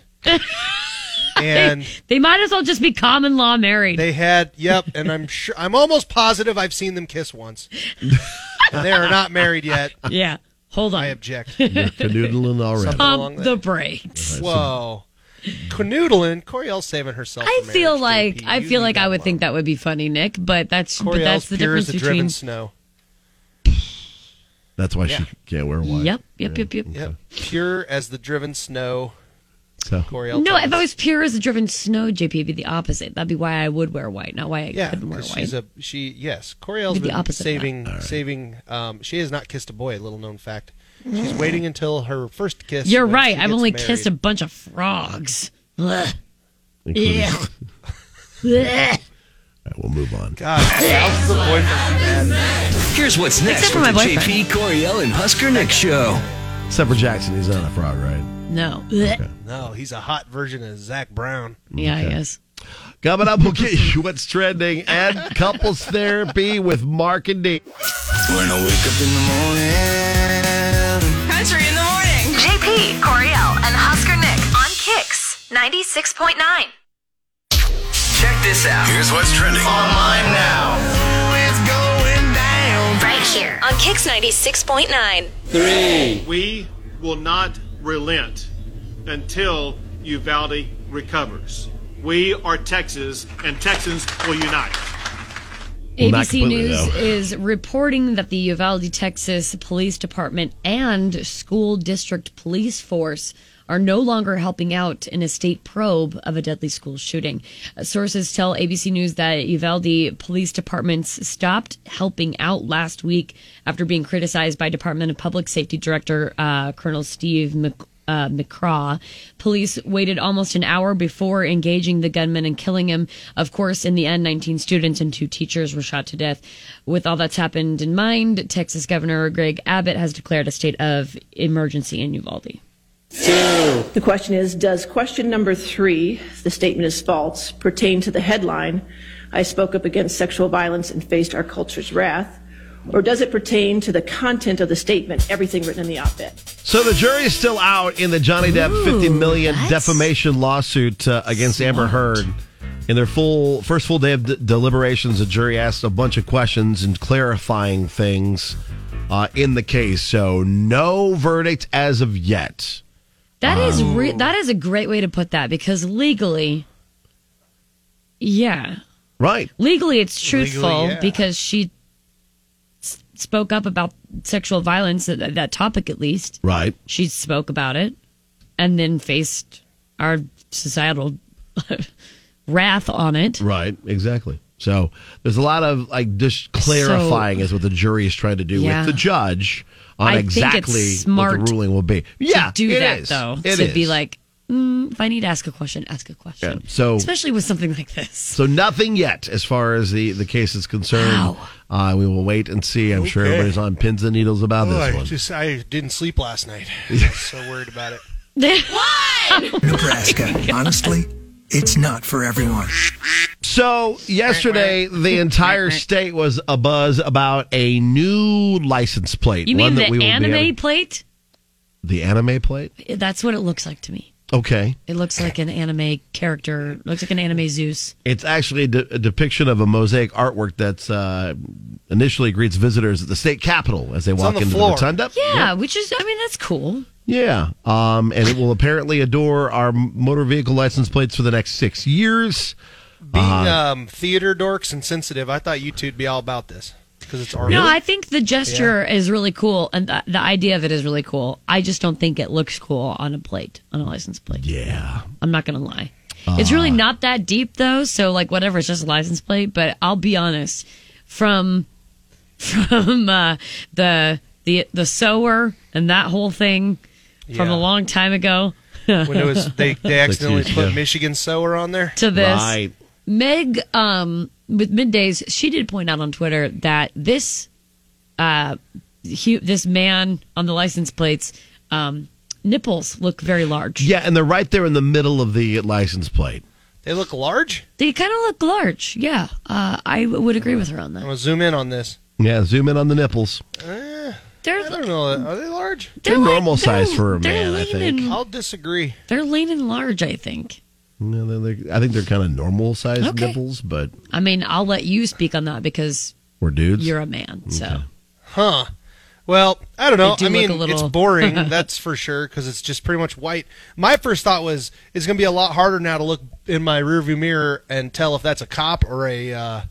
[SPEAKER 2] and
[SPEAKER 4] they might as well just be common law married?
[SPEAKER 2] They had, yep, and I'm sure, I'm almost positive I've seen them kiss once. and they are not married yet.
[SPEAKER 4] yeah, hold
[SPEAKER 2] I
[SPEAKER 4] on,
[SPEAKER 2] object.
[SPEAKER 11] You're canoodling already.
[SPEAKER 2] Something- along
[SPEAKER 4] pump
[SPEAKER 2] that.
[SPEAKER 4] the brakes.
[SPEAKER 2] Whoa. Canoodling, Coriel's saving herself.
[SPEAKER 4] I
[SPEAKER 2] for
[SPEAKER 4] feel
[SPEAKER 2] marriage,
[SPEAKER 4] like
[SPEAKER 2] JP.
[SPEAKER 4] I
[SPEAKER 2] You
[SPEAKER 4] feel
[SPEAKER 2] leave
[SPEAKER 4] like I would
[SPEAKER 2] alone.
[SPEAKER 4] think that would be funny, Nick. But that's but
[SPEAKER 2] Coriel's
[SPEAKER 4] that's the
[SPEAKER 2] pure
[SPEAKER 4] difference
[SPEAKER 2] as the
[SPEAKER 4] between.
[SPEAKER 2] driven snow.
[SPEAKER 11] That's why
[SPEAKER 2] Yeah.
[SPEAKER 11] she can't wear white.
[SPEAKER 4] Yep, yep, yep, yep.
[SPEAKER 2] Yep, pure as the driven snow.
[SPEAKER 11] So
[SPEAKER 2] Coriel.
[SPEAKER 4] No,
[SPEAKER 2] Thomas.
[SPEAKER 4] if I was pure as a driven snow, JP, it'd be the opposite. That'd be why I would wear white, not why I
[SPEAKER 2] yeah,
[SPEAKER 4] couldn't wear
[SPEAKER 2] 'cause
[SPEAKER 4] white.
[SPEAKER 2] she's a she. Yes, Coriel's
[SPEAKER 4] Be the
[SPEAKER 2] been
[SPEAKER 4] opposite of that.
[SPEAKER 2] saving saving. Um, she has not kissed a boy. Little known fact. She's waiting until her first kiss.
[SPEAKER 4] You're
[SPEAKER 2] when
[SPEAKER 4] right.
[SPEAKER 2] she
[SPEAKER 4] I've
[SPEAKER 2] gets
[SPEAKER 4] only
[SPEAKER 2] married.
[SPEAKER 4] kissed a bunch of frogs. Ugh.
[SPEAKER 11] Including-
[SPEAKER 4] Ugh. Ugh.
[SPEAKER 11] All right, we'll move on.
[SPEAKER 3] Here's what's next
[SPEAKER 4] Except for
[SPEAKER 3] with
[SPEAKER 4] my
[SPEAKER 3] the JP Coriel and Husker Nick show.
[SPEAKER 11] Except for Jackson, he's not a frog, right?
[SPEAKER 4] No.
[SPEAKER 2] No, he's a hot version of Zach Brown.
[SPEAKER 4] Yeah, I guess.
[SPEAKER 11] Coming up, we'll get you what's trending and couples therapy with Mark and Dean.
[SPEAKER 3] When I wake up in the morning.
[SPEAKER 5] Country in the morning. JP, Coriel, and Husker Nick on Kicks 96.9.
[SPEAKER 3] Check this out. Here's what's trending online now.
[SPEAKER 5] It's going down. Right here on Kicks 96.9.
[SPEAKER 13] Three. We will not relent until Uvalde recovers. We are Texas, and Texans will unite.
[SPEAKER 11] Well, not
[SPEAKER 4] ABC
[SPEAKER 11] completely,
[SPEAKER 4] News
[SPEAKER 11] though.
[SPEAKER 4] is reporting that the Uvalde, Texas Police Department and school district police force are no longer helping out in a state probe of a deadly school shooting. Uh, Sources tell ABC News that Uvalde police departments stopped helping out last week after being criticized by Department of Public Safety Director uh, Colonel Steve Mc- uh, McCraw. Police waited almost an hour before engaging the gunman and killing him. Of course, in the end, 19 students and two teachers were shot to death. With all that's happened in mind, Texas Governor Greg Abbott has declared a state of emergency in Uvalde.
[SPEAKER 14] The question is, does question number three, the statement is false, pertain to the headline, I spoke up against sexual violence and faced our culture's wrath, or does it pertain to the content of the statement, everything written in the op-ed?
[SPEAKER 11] So the jury is still out in the Johnny Depp fifty million defamation lawsuit uh, against Amber Heard. In their full first full day of de- deliberations, the jury asked a bunch of questions and clarifying things uh, in the case. So no verdict as of yet.
[SPEAKER 4] That is
[SPEAKER 11] Wow.
[SPEAKER 4] re- that is a great way to put that because legally, yeah,
[SPEAKER 11] Right.
[SPEAKER 4] legally it's
[SPEAKER 11] Legally,
[SPEAKER 4] truthful
[SPEAKER 11] yeah.
[SPEAKER 4] because she s- spoke up about sexual violence that, that topic at least.
[SPEAKER 11] Right.
[SPEAKER 4] She spoke about it, and then faced our societal wrath on it.
[SPEAKER 11] Right, exactly. So there's a lot of like just clarifying is what the jury is trying to do
[SPEAKER 4] Yeah.
[SPEAKER 11] with the judge on
[SPEAKER 4] I think it's
[SPEAKER 11] exactly what
[SPEAKER 4] smart
[SPEAKER 11] the ruling will be. Yeah,
[SPEAKER 4] to do
[SPEAKER 11] it
[SPEAKER 4] that
[SPEAKER 11] is.
[SPEAKER 4] though
[SPEAKER 11] It
[SPEAKER 4] to be
[SPEAKER 11] is.
[SPEAKER 4] like, mm, if I need to ask a question, ask a question.
[SPEAKER 11] Yeah, so-
[SPEAKER 4] especially with something like this.
[SPEAKER 11] So nothing yet as far as the the case is concerned. Uh, we will wait and see. I'm sure
[SPEAKER 2] Okay.
[SPEAKER 11] everybody's on pins and needles about
[SPEAKER 2] Oh,
[SPEAKER 11] this
[SPEAKER 2] I
[SPEAKER 11] one.
[SPEAKER 2] just I didn't sleep last night. I was so worried about it.
[SPEAKER 15] Nebraska. Honestly, it's not for everyone.
[SPEAKER 11] So yesterday, the entire state was abuzz about a new license plate.
[SPEAKER 4] You mean
[SPEAKER 11] one that we
[SPEAKER 4] the
[SPEAKER 11] will be
[SPEAKER 4] anime
[SPEAKER 11] able-
[SPEAKER 4] plate?
[SPEAKER 11] the anime plate?
[SPEAKER 4] That's what it looks like to me.
[SPEAKER 11] Okay.
[SPEAKER 4] It looks like an anime character. Looks like an anime Zeus.
[SPEAKER 11] It's actually a, de- a depiction of a mosaic artwork that's uh, initially greets visitors at the state capitol as they
[SPEAKER 4] It's
[SPEAKER 11] walk
[SPEAKER 4] on the
[SPEAKER 11] into
[SPEAKER 4] floor.
[SPEAKER 11] the rotunda.
[SPEAKER 4] Yeah, which is, I mean, that's cool.
[SPEAKER 11] Yeah, um, and it will apparently adorn our motor vehicle license plates for the next six years.
[SPEAKER 2] Being
[SPEAKER 11] Uh,
[SPEAKER 2] um, theater dorks and sensitive, I thought you two'd be all about this because it's our.
[SPEAKER 4] No, I think the gesture is really cool, and the, the idea of it is really cool. I just don't think it looks cool on a plate, on a license plate.
[SPEAKER 11] Yeah,
[SPEAKER 4] I'm not gonna lie. it's really
[SPEAKER 2] Ah.
[SPEAKER 4] not that deep though, so like whatever, it's just a license plate. But I'll be honest, from from uh, the the the sower and that whole thing from
[SPEAKER 2] Yeah.
[SPEAKER 4] a long time ago. when
[SPEAKER 2] when it was they they accidentally
[SPEAKER 11] huge,
[SPEAKER 2] put
[SPEAKER 11] yeah.
[SPEAKER 2] Michigan sower on there
[SPEAKER 4] to this. Meg um, with middays, she did point out on Twitter that this uh, hu- this man on the license plates um, nipples look very large.
[SPEAKER 11] Yeah, and they're right there in the middle of the license plate.
[SPEAKER 2] They look large.
[SPEAKER 4] They kind of look large. Yeah, uh, I w- would agree with her on
[SPEAKER 2] I'm
[SPEAKER 4] that.
[SPEAKER 2] gonna zoom in on this.
[SPEAKER 11] Yeah, zoom in on the nipples.
[SPEAKER 2] Eh,
[SPEAKER 4] They're
[SPEAKER 2] I don't know. Are they large?
[SPEAKER 11] They're, normal size for a man, I think.
[SPEAKER 2] I'll disagree.
[SPEAKER 4] They're lean and large, I think.
[SPEAKER 11] Yeah, they're, they're- I think they're kind of normal size
[SPEAKER 4] Okay.
[SPEAKER 11] nipples, but
[SPEAKER 4] I mean, I'll let you speak on that because
[SPEAKER 11] we're dudes.
[SPEAKER 4] you're a man. So
[SPEAKER 2] Huh. Well, I don't know.
[SPEAKER 4] They do
[SPEAKER 2] I mean,
[SPEAKER 4] look a little-
[SPEAKER 2] it's boring, that's for sure, because it's just pretty much white. My first thought was it's going to be a lot harder now to look in my rearview mirror and tell if that's a cop or a uh,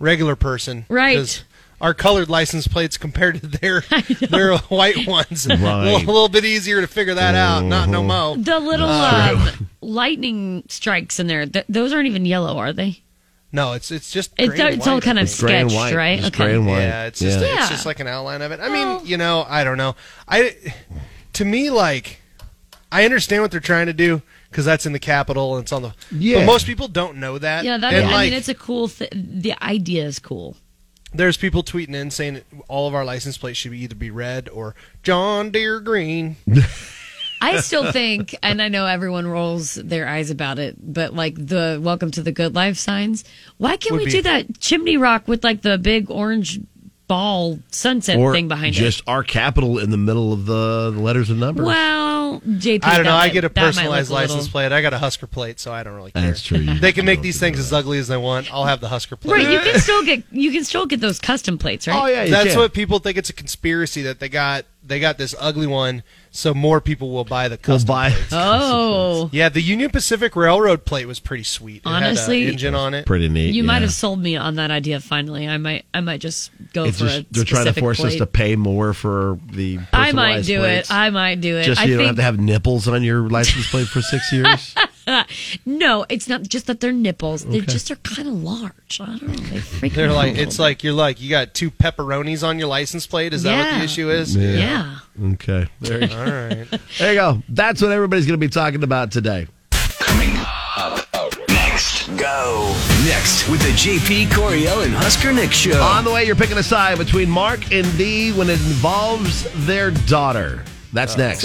[SPEAKER 2] regular person.
[SPEAKER 4] Right.
[SPEAKER 2] 'Cause our colored license plates compared to their their white ones.
[SPEAKER 11] Right.
[SPEAKER 2] Well, a little bit easier to figure that out. Not no mo.
[SPEAKER 4] The little
[SPEAKER 2] Uh,
[SPEAKER 4] uh, lightning strikes in there. Th- those aren't even yellow, are they?
[SPEAKER 2] no, it's it's just
[SPEAKER 4] It's-
[SPEAKER 2] gray and
[SPEAKER 4] it's all
[SPEAKER 2] white.
[SPEAKER 4] kind of It's gray and sketched, white. right? Just Okay. gray and white.
[SPEAKER 2] Yeah, it's just
[SPEAKER 4] Yeah.
[SPEAKER 2] it's just like an outline of it. I mean, you know, I don't know. I to me like I understand what they're trying to do because that's in the capital and it's on the.
[SPEAKER 4] Yeah.
[SPEAKER 2] But most people don't know that.
[SPEAKER 4] Yeah, that,
[SPEAKER 2] and
[SPEAKER 4] I
[SPEAKER 2] like,
[SPEAKER 4] mean, it's a cool thing. The idea is cool.
[SPEAKER 2] there's people tweeting in saying that all of our license plates should either be red or John Deere green.
[SPEAKER 4] I still think, and I know everyone rolls their eyes about it, but like the welcome to the good life signs. Why can't
[SPEAKER 11] Would
[SPEAKER 4] we
[SPEAKER 11] be-
[SPEAKER 4] do that chimney rock with like the big orange ball sunset
[SPEAKER 11] or
[SPEAKER 4] thing behind
[SPEAKER 11] just our capital in the middle of the the letters and
[SPEAKER 4] it?
[SPEAKER 11] numbers.
[SPEAKER 4] Well, JP,
[SPEAKER 2] I
[SPEAKER 4] that
[SPEAKER 2] don't know. I
[SPEAKER 4] might-
[SPEAKER 2] get a
[SPEAKER 4] that might look
[SPEAKER 2] personalized
[SPEAKER 4] little-
[SPEAKER 2] license plate. I got a Husker plate, so I don't really care.
[SPEAKER 11] That's true. You
[SPEAKER 2] They can make these things as ugly as they want. I'll have the Husker plate.
[SPEAKER 4] Right, you can still get you can still get those custom plates, right?
[SPEAKER 2] That's what people think it's a conspiracy that they got they got this ugly one, so more people will buy the custom.
[SPEAKER 11] buy-
[SPEAKER 2] plates.
[SPEAKER 4] Oh,
[SPEAKER 2] Yeah, the Union Pacific Railroad plate was pretty sweet. It
[SPEAKER 4] Honestly,
[SPEAKER 2] had a engine on it.
[SPEAKER 11] Pretty neat.
[SPEAKER 4] you
[SPEAKER 11] yeah.
[SPEAKER 4] might have sold me on that idea. Finally, I might I might just go
[SPEAKER 11] It's
[SPEAKER 4] for
[SPEAKER 11] just-
[SPEAKER 4] a.
[SPEAKER 11] they're trying to
[SPEAKER 4] specific
[SPEAKER 11] force us
[SPEAKER 4] plate.
[SPEAKER 11] to pay more for the.
[SPEAKER 4] I might
[SPEAKER 11] personalized
[SPEAKER 4] do
[SPEAKER 11] plates.
[SPEAKER 4] it. I might do it.
[SPEAKER 11] Just so
[SPEAKER 4] I
[SPEAKER 11] you don't
[SPEAKER 4] think
[SPEAKER 11] have to have nipples on your license plate for six years.
[SPEAKER 4] no, it's not just that they're nipples. They
[SPEAKER 11] Okay.
[SPEAKER 4] just are kind of large. I don't know. They freak
[SPEAKER 2] They're
[SPEAKER 4] me out
[SPEAKER 2] like
[SPEAKER 4] a
[SPEAKER 2] it's
[SPEAKER 4] little
[SPEAKER 2] like you're like you got two pepperonis on your license plate. Is that what
[SPEAKER 4] Yeah.
[SPEAKER 2] the issue is?
[SPEAKER 4] Yeah.
[SPEAKER 11] Okay. There you go.
[SPEAKER 2] All right.
[SPEAKER 11] There you go. That's what everybody's going to be talking about today.
[SPEAKER 3] Next, go. Next with the JP Coriel and Husker Nick show.
[SPEAKER 11] On the way, you're picking a side between Mark and Thee when it involves their daughter.
[SPEAKER 2] Uh,
[SPEAKER 11] That's next.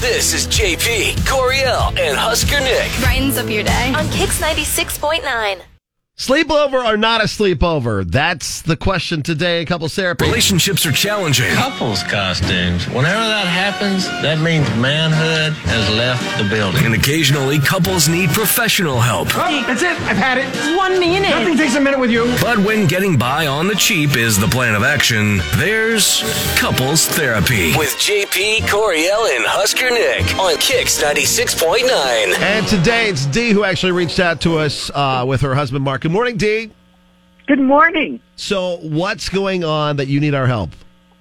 [SPEAKER 3] This is JP Coriel and Husker Nick.
[SPEAKER 5] Brightens up your day on Kix 96.9.
[SPEAKER 11] Sleepover or not a sleepover? That's the question today. A couple therapy.
[SPEAKER 3] Relationships are challenging.
[SPEAKER 16] Couples costumes. Whenever that happens, that means manhood has left the building.
[SPEAKER 3] And occasionally, couples need professional help.
[SPEAKER 16] Oh, that's it. I've had it.
[SPEAKER 12] One minute. Nothing takes a minute with you.
[SPEAKER 3] But when getting by on the cheap is the plan of action, there's couples therapy with JP Coriel and Husker Nick on Kix 96.9.
[SPEAKER 11] And today it's Dee who actually reached out to us uh, with her husband, Mark. Good morning, Dee.
[SPEAKER 17] Good morning.
[SPEAKER 11] So, what's going on that you need our help?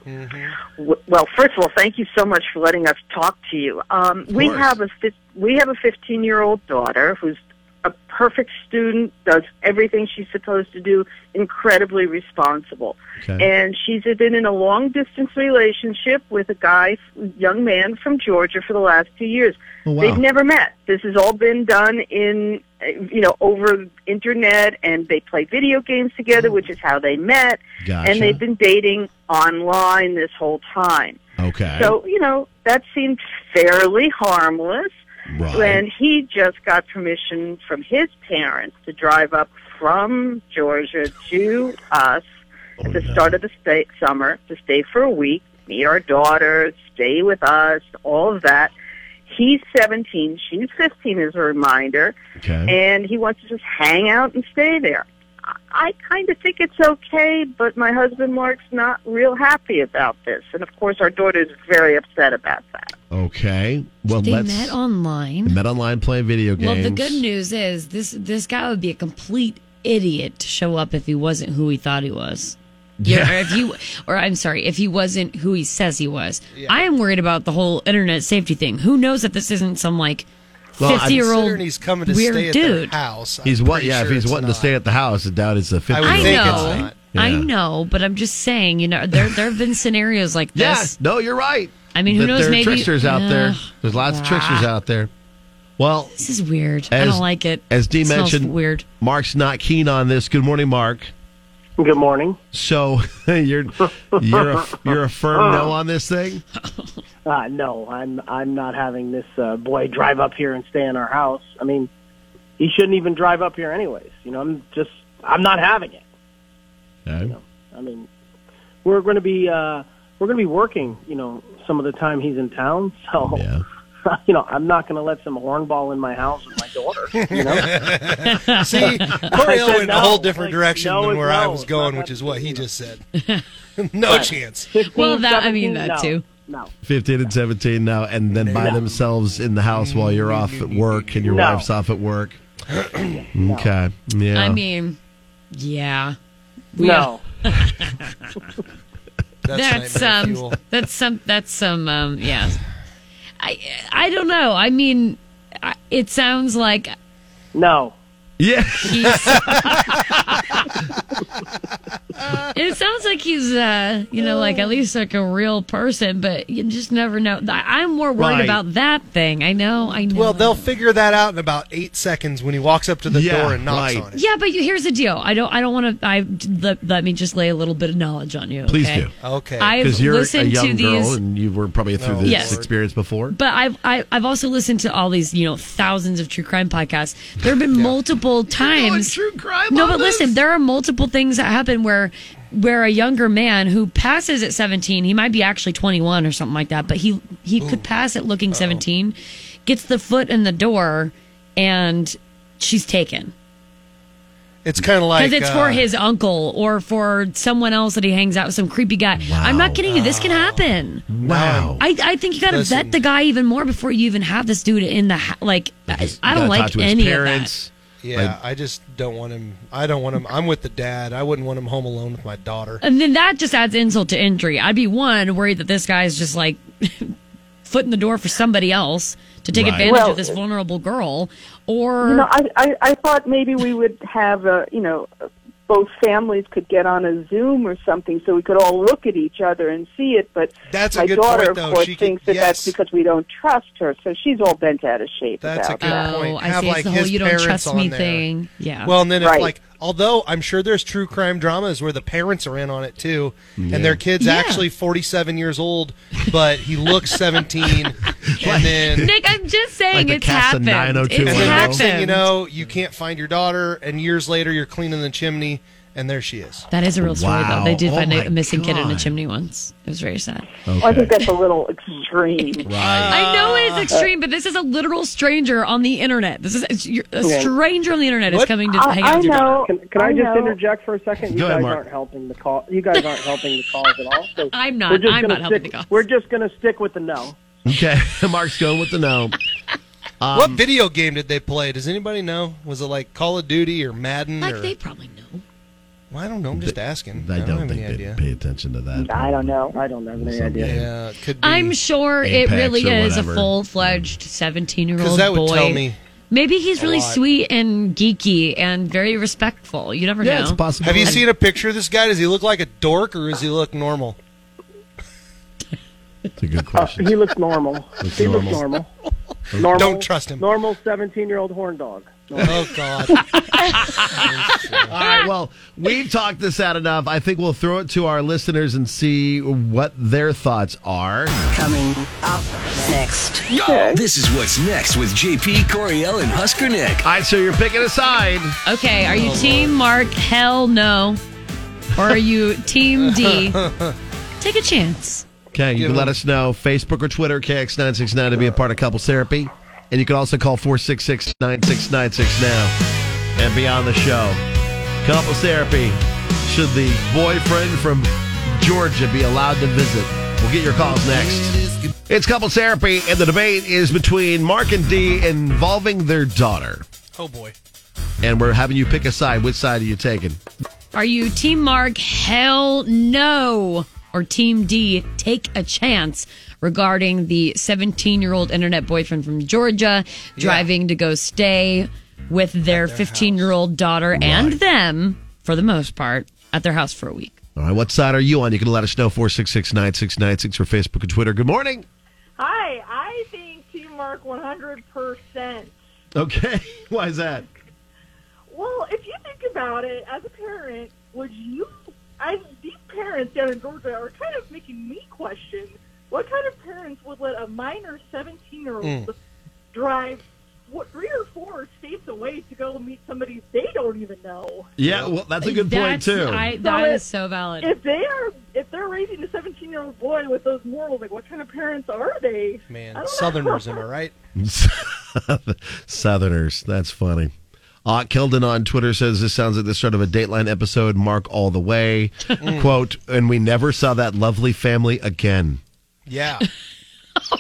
[SPEAKER 17] W- Well, first of all, thank you so much for letting us talk to you. Um, we
[SPEAKER 11] course.
[SPEAKER 17] have a fif- we have a 15 year old daughter who's a perfect student, does everything she's supposed to do, incredibly responsible, and she's been in a long distance relationship with a guy, young man from Georgia, for the last two years.
[SPEAKER 18] Oh, wow.
[SPEAKER 17] They've never met. This has all been done in uh, you know over internet, and they play video games together,
[SPEAKER 18] Oh.
[SPEAKER 17] which is how they met.
[SPEAKER 11] Gotcha.
[SPEAKER 17] And they've been dating online this whole time.
[SPEAKER 11] Okay.
[SPEAKER 17] So, you know, that seemed fairly harmless.
[SPEAKER 11] Right.
[SPEAKER 17] And he just got permission from his parents to drive up from Georgia to us
[SPEAKER 11] Oh,
[SPEAKER 17] at the start of the sta summer to stay for a week, meet our daughter, stay with us, all of that. He's 17, she's 15 as a reminder, and he wants to just hang out and stay there. I kind of think it's okay, but my husband Mark's not real happy about this, and of course our daughter's very upset about that.
[SPEAKER 11] Okay. Well,
[SPEAKER 4] They
[SPEAKER 11] let's.
[SPEAKER 4] met online.
[SPEAKER 11] They met online playing video games.
[SPEAKER 4] Well, the good news is this this guy would be a complete idiot to show up if he wasn't who he thought he was. Yeah.
[SPEAKER 11] Yeah.
[SPEAKER 4] Or if you, or I'm sorry, if he wasn't who he says he was. I am worried about the whole internet safety thing. Who knows that this isn't some like
[SPEAKER 11] Well, I'm-
[SPEAKER 4] fifty year old
[SPEAKER 11] Considering
[SPEAKER 2] he's coming to
[SPEAKER 4] weird
[SPEAKER 2] stay at their
[SPEAKER 4] dude.
[SPEAKER 2] house.
[SPEAKER 11] He's
[SPEAKER 2] I'm
[SPEAKER 11] what?
[SPEAKER 2] pretty
[SPEAKER 11] Yeah,
[SPEAKER 2] sure
[SPEAKER 11] if he's
[SPEAKER 2] it's
[SPEAKER 11] wanting
[SPEAKER 2] not.
[SPEAKER 11] to stay at the house, I doubt it's a fifty.
[SPEAKER 4] I
[SPEAKER 11] Yeah.
[SPEAKER 4] know, I know, but I'm just saying, you know, there there have been scenarios like
[SPEAKER 11] Yeah,
[SPEAKER 4] this.
[SPEAKER 11] no, you're right.
[SPEAKER 4] I mean, who
[SPEAKER 11] That
[SPEAKER 4] knows?
[SPEAKER 11] There are
[SPEAKER 4] maybe
[SPEAKER 11] tricksters out there.
[SPEAKER 4] Ugh.
[SPEAKER 11] There's lots of tricksters out there. Well,
[SPEAKER 4] This is weird. I don't like it.
[SPEAKER 11] As Dee
[SPEAKER 4] It smells
[SPEAKER 11] mentioned,
[SPEAKER 4] weird.
[SPEAKER 11] Mark's not keen on this. Good morning, Mark.
[SPEAKER 19] Good morning.
[SPEAKER 11] So you're you're a, you're a firm no on this thing.
[SPEAKER 19] Uh, no, I'm I'm not having this uh, boy drive up here and stay in our house. I mean, he shouldn't even drive up here anyways. You know, I'm just I'm not having it. I mean, we're going to be uh, we're going to be working. You know, some of the time he's in town, so. You know, I'm not going to let some hornball in my house with my daughter. You know?
[SPEAKER 2] See,
[SPEAKER 19] I
[SPEAKER 2] Corey
[SPEAKER 19] said
[SPEAKER 2] went in a
[SPEAKER 19] no.
[SPEAKER 2] whole different
[SPEAKER 19] Like,
[SPEAKER 2] direction
[SPEAKER 19] no
[SPEAKER 2] than
[SPEAKER 19] is
[SPEAKER 2] where I
[SPEAKER 19] no.
[SPEAKER 2] was
[SPEAKER 19] It's
[SPEAKER 2] going,
[SPEAKER 19] not
[SPEAKER 2] which is what he just said. no
[SPEAKER 19] Right.
[SPEAKER 2] chance.
[SPEAKER 19] 15,
[SPEAKER 4] Well, that- I mean
[SPEAKER 19] 17,
[SPEAKER 4] that
[SPEAKER 19] no.
[SPEAKER 4] too.
[SPEAKER 19] No.
[SPEAKER 11] 15 and 17 now, and then by
[SPEAKER 19] No.
[SPEAKER 11] themselves in the house while you're off at work and your
[SPEAKER 4] No.
[SPEAKER 11] wife's off at work. okay. Yeah.
[SPEAKER 4] I mean, yeah. We
[SPEAKER 19] No.
[SPEAKER 4] that's um that's some that's some um yeah i i don't know i mean I- it sounds like
[SPEAKER 19] no
[SPEAKER 11] Yeah.
[SPEAKER 4] he's it sounds like he's uh you know like at least like a real person but you just never know I- i'm more worried
[SPEAKER 2] Right.
[SPEAKER 4] about that thing i know i know
[SPEAKER 2] Well, they'll figure that out in about eight seconds when he walks up to the
[SPEAKER 11] Yeah,
[SPEAKER 2] door and knocks
[SPEAKER 11] right.
[SPEAKER 2] on it.
[SPEAKER 4] yeah but you, here's the deal i don't i don't want to i let, let me just lay a little bit of knowledge on you
[SPEAKER 11] Please
[SPEAKER 4] okay?
[SPEAKER 11] do.
[SPEAKER 4] i've
[SPEAKER 11] Because you're a
[SPEAKER 4] listened
[SPEAKER 11] young
[SPEAKER 4] to
[SPEAKER 11] girl
[SPEAKER 4] these
[SPEAKER 11] and you were probably through this
[SPEAKER 4] Yes.
[SPEAKER 11] experience before.
[SPEAKER 4] But I've I, I've also listened to all these you know thousands of true crime podcasts. There have been multiple times
[SPEAKER 11] true crime.
[SPEAKER 4] No,
[SPEAKER 11] on
[SPEAKER 4] but listen, there are multiple things that happen where where a younger man who passes at seventeen, he might be actually twenty one or something like that, but he he could pass at looking seventeen, gets the foot in the door, and she's taken.
[SPEAKER 2] It's kind of like
[SPEAKER 4] Because it's for
[SPEAKER 2] uh,
[SPEAKER 4] his uncle or for someone else that he hangs out with, some creepy guy. I'm not kidding you. This can happen.
[SPEAKER 11] Wow.
[SPEAKER 4] I, I think you got to
[SPEAKER 11] Listen.
[SPEAKER 4] vet the guy even more before you even have this dude in the ha- like. I, I don't like any of
[SPEAKER 2] Yeah, I just don't want him. I don't want him. I'm with the dad. I wouldn't want him home alone with my daughter.
[SPEAKER 4] that. And then that just adds insult to injury. I'd be one worried that this guy is just like foot in the door for somebody else to take
[SPEAKER 2] Right.
[SPEAKER 4] advantage
[SPEAKER 2] Well-
[SPEAKER 4] of
[SPEAKER 17] uh,
[SPEAKER 4] this vulnerable girl, or
[SPEAKER 18] You know, I, I, I thought maybe we would have, uh, you know, both families could get on a Zoom or something so we could all look at each other and see it. But
[SPEAKER 2] That's a
[SPEAKER 18] my
[SPEAKER 2] good
[SPEAKER 18] daughter,
[SPEAKER 2] point,
[SPEAKER 18] of
[SPEAKER 2] though.
[SPEAKER 18] course,
[SPEAKER 2] She could-
[SPEAKER 18] thinks that that's because we don't trust her. So she's all bent out of shape.
[SPEAKER 2] That's a
[SPEAKER 18] about
[SPEAKER 2] good
[SPEAKER 18] that.
[SPEAKER 2] point.
[SPEAKER 4] Oh, I
[SPEAKER 2] Have
[SPEAKER 4] see. It's
[SPEAKER 2] like
[SPEAKER 4] the whole
[SPEAKER 2] his
[SPEAKER 4] you don't
[SPEAKER 2] parents
[SPEAKER 4] trust
[SPEAKER 2] on
[SPEAKER 4] me
[SPEAKER 2] there.
[SPEAKER 4] thing. Yeah.
[SPEAKER 2] Well, and then
[SPEAKER 4] Right.
[SPEAKER 2] if like, although I'm sure there's true crime dramas where the parents are in on it too, and their kid's
[SPEAKER 4] Yeah.
[SPEAKER 2] actually 47 years old, but he looks 17, and then
[SPEAKER 4] Nick, I'm just saying
[SPEAKER 2] the
[SPEAKER 4] it's
[SPEAKER 2] cast of oh
[SPEAKER 4] happened.
[SPEAKER 2] and
[SPEAKER 4] It's
[SPEAKER 2] then next
[SPEAKER 4] happened.
[SPEAKER 2] thing you know, you can't find your daughter, and years later you're cleaning the chimney, and there she is.
[SPEAKER 4] That is a real story, though. They did
[SPEAKER 2] Wow.
[SPEAKER 4] find
[SPEAKER 2] Oh
[SPEAKER 4] a
[SPEAKER 2] my
[SPEAKER 4] a missing kid in a
[SPEAKER 2] God.
[SPEAKER 4] chimney once. It was very sad.
[SPEAKER 18] Well, I think that's a little extreme. Uh,
[SPEAKER 4] I know it's
[SPEAKER 19] Uh,
[SPEAKER 4] extreme, but this is a literal stranger on the internet. This is it's- you're- a
[SPEAKER 19] Yeah.
[SPEAKER 4] stranger on the internet is coming to hang out with your daughter.
[SPEAKER 19] Can, can I, just interject for a second? You
[SPEAKER 4] Go ahead,
[SPEAKER 19] guys
[SPEAKER 4] Mark.
[SPEAKER 19] aren't helping the call. You guys aren't helping the calls at all. So
[SPEAKER 4] I'm not.
[SPEAKER 19] We're just
[SPEAKER 4] I'm
[SPEAKER 19] gonna
[SPEAKER 4] not helping
[SPEAKER 19] stick-
[SPEAKER 4] the calls.
[SPEAKER 19] We're just going to stick with the no.
[SPEAKER 11] Okay. Mark's going with the no. Um,
[SPEAKER 2] what video game did they play? Does anybody know? Was it like Call of Duty or Madden?
[SPEAKER 4] Like
[SPEAKER 2] or...
[SPEAKER 4] they probably know.
[SPEAKER 2] Well, I don't know. I'm just asking. I
[SPEAKER 11] I
[SPEAKER 2] don't,
[SPEAKER 11] don't
[SPEAKER 2] have
[SPEAKER 11] think
[SPEAKER 2] any idea.
[SPEAKER 11] Pay attention to that.
[SPEAKER 19] I don't know. I don't have any
[SPEAKER 11] Someday.
[SPEAKER 19] idea.
[SPEAKER 2] Yeah, it could be.
[SPEAKER 4] I'm sure
[SPEAKER 11] Apex
[SPEAKER 4] it really
[SPEAKER 11] or
[SPEAKER 4] is a
[SPEAKER 11] whatever.
[SPEAKER 4] full fledged 17 year old
[SPEAKER 2] 'Cause that would
[SPEAKER 4] boy.
[SPEAKER 2] tell me
[SPEAKER 4] Maybe he's
[SPEAKER 2] a
[SPEAKER 4] really
[SPEAKER 2] lot.
[SPEAKER 4] sweet and geeky and very respectful. You never know.
[SPEAKER 2] Have you seen a picture of this guy? Does he look like a dork or does he look normal?
[SPEAKER 11] It's a good question.
[SPEAKER 19] Uh, He looks normal.
[SPEAKER 11] Looks
[SPEAKER 19] he looks
[SPEAKER 11] normal.
[SPEAKER 19] normal.
[SPEAKER 11] Normal.
[SPEAKER 19] normal.
[SPEAKER 11] Don't
[SPEAKER 2] trust him.
[SPEAKER 19] Normal 17 year old horn dog.
[SPEAKER 2] Oh God.
[SPEAKER 11] All right. Well, we've talked this out enough. I think we'll throw it to our listeners and see what their thoughts are.
[SPEAKER 3] Coming up next. This is what's next with JP Coriel and Husker Nick.
[SPEAKER 11] All right, so you're picking a side.
[SPEAKER 4] Okay, are you team Mark? Hell no. Or are you team D? Take a chance.
[SPEAKER 11] Okay, you can let us know Facebook or Twitter KX969 to be a part of Couples Therapy, and you can also call 466-9696 now and be on the show. Couples Therapy. Should the boyfriend from Georgia be allowed to visit? We'll get your calls next. It's Couples Therapy, and the debate is between Mark and Dee involving their daughter.
[SPEAKER 2] Oh boy.
[SPEAKER 11] And we're having you pick a side. Which side are you taking?
[SPEAKER 4] Are you team Mark? Hell no. Or team D? Take a chance regarding the 17 year old internet boyfriend from Georgia driving to go stay with their 15 year old daughter and them, for the most part, at their house for a week.
[SPEAKER 11] All right, what side are you on? You can let us know 466-9696 or Facebook and Twitter. Good morning.
[SPEAKER 20] Hi, I think Team Mark 100%.
[SPEAKER 11] Okay, why is that?
[SPEAKER 20] Well, if you think about it, as a parent, would you? I these parents down in Georgia are kind of making me question what kind of parents would let a minor seventeen-year-old
[SPEAKER 11] Hmm.
[SPEAKER 21] Mm.
[SPEAKER 20] drive what three or four states away to go meet somebody they don't even know.
[SPEAKER 11] Yeah, well, that's a good
[SPEAKER 4] That's-
[SPEAKER 11] point too.
[SPEAKER 4] I-
[SPEAKER 20] So
[SPEAKER 4] that
[SPEAKER 20] if-
[SPEAKER 4] is so valid.
[SPEAKER 20] If they are, if they're raising a seventeen-year-old boy with those morals, like what kind of parents are they?
[SPEAKER 2] Man, Southerners, am I right?
[SPEAKER 11] Southerners, that's funny. Uh, Keldon on Twitter says this sounds like the start of a Dateline episode. Mark all the way, quote, and we never saw that lovely family again.
[SPEAKER 2] Yeah.
[SPEAKER 4] Oh,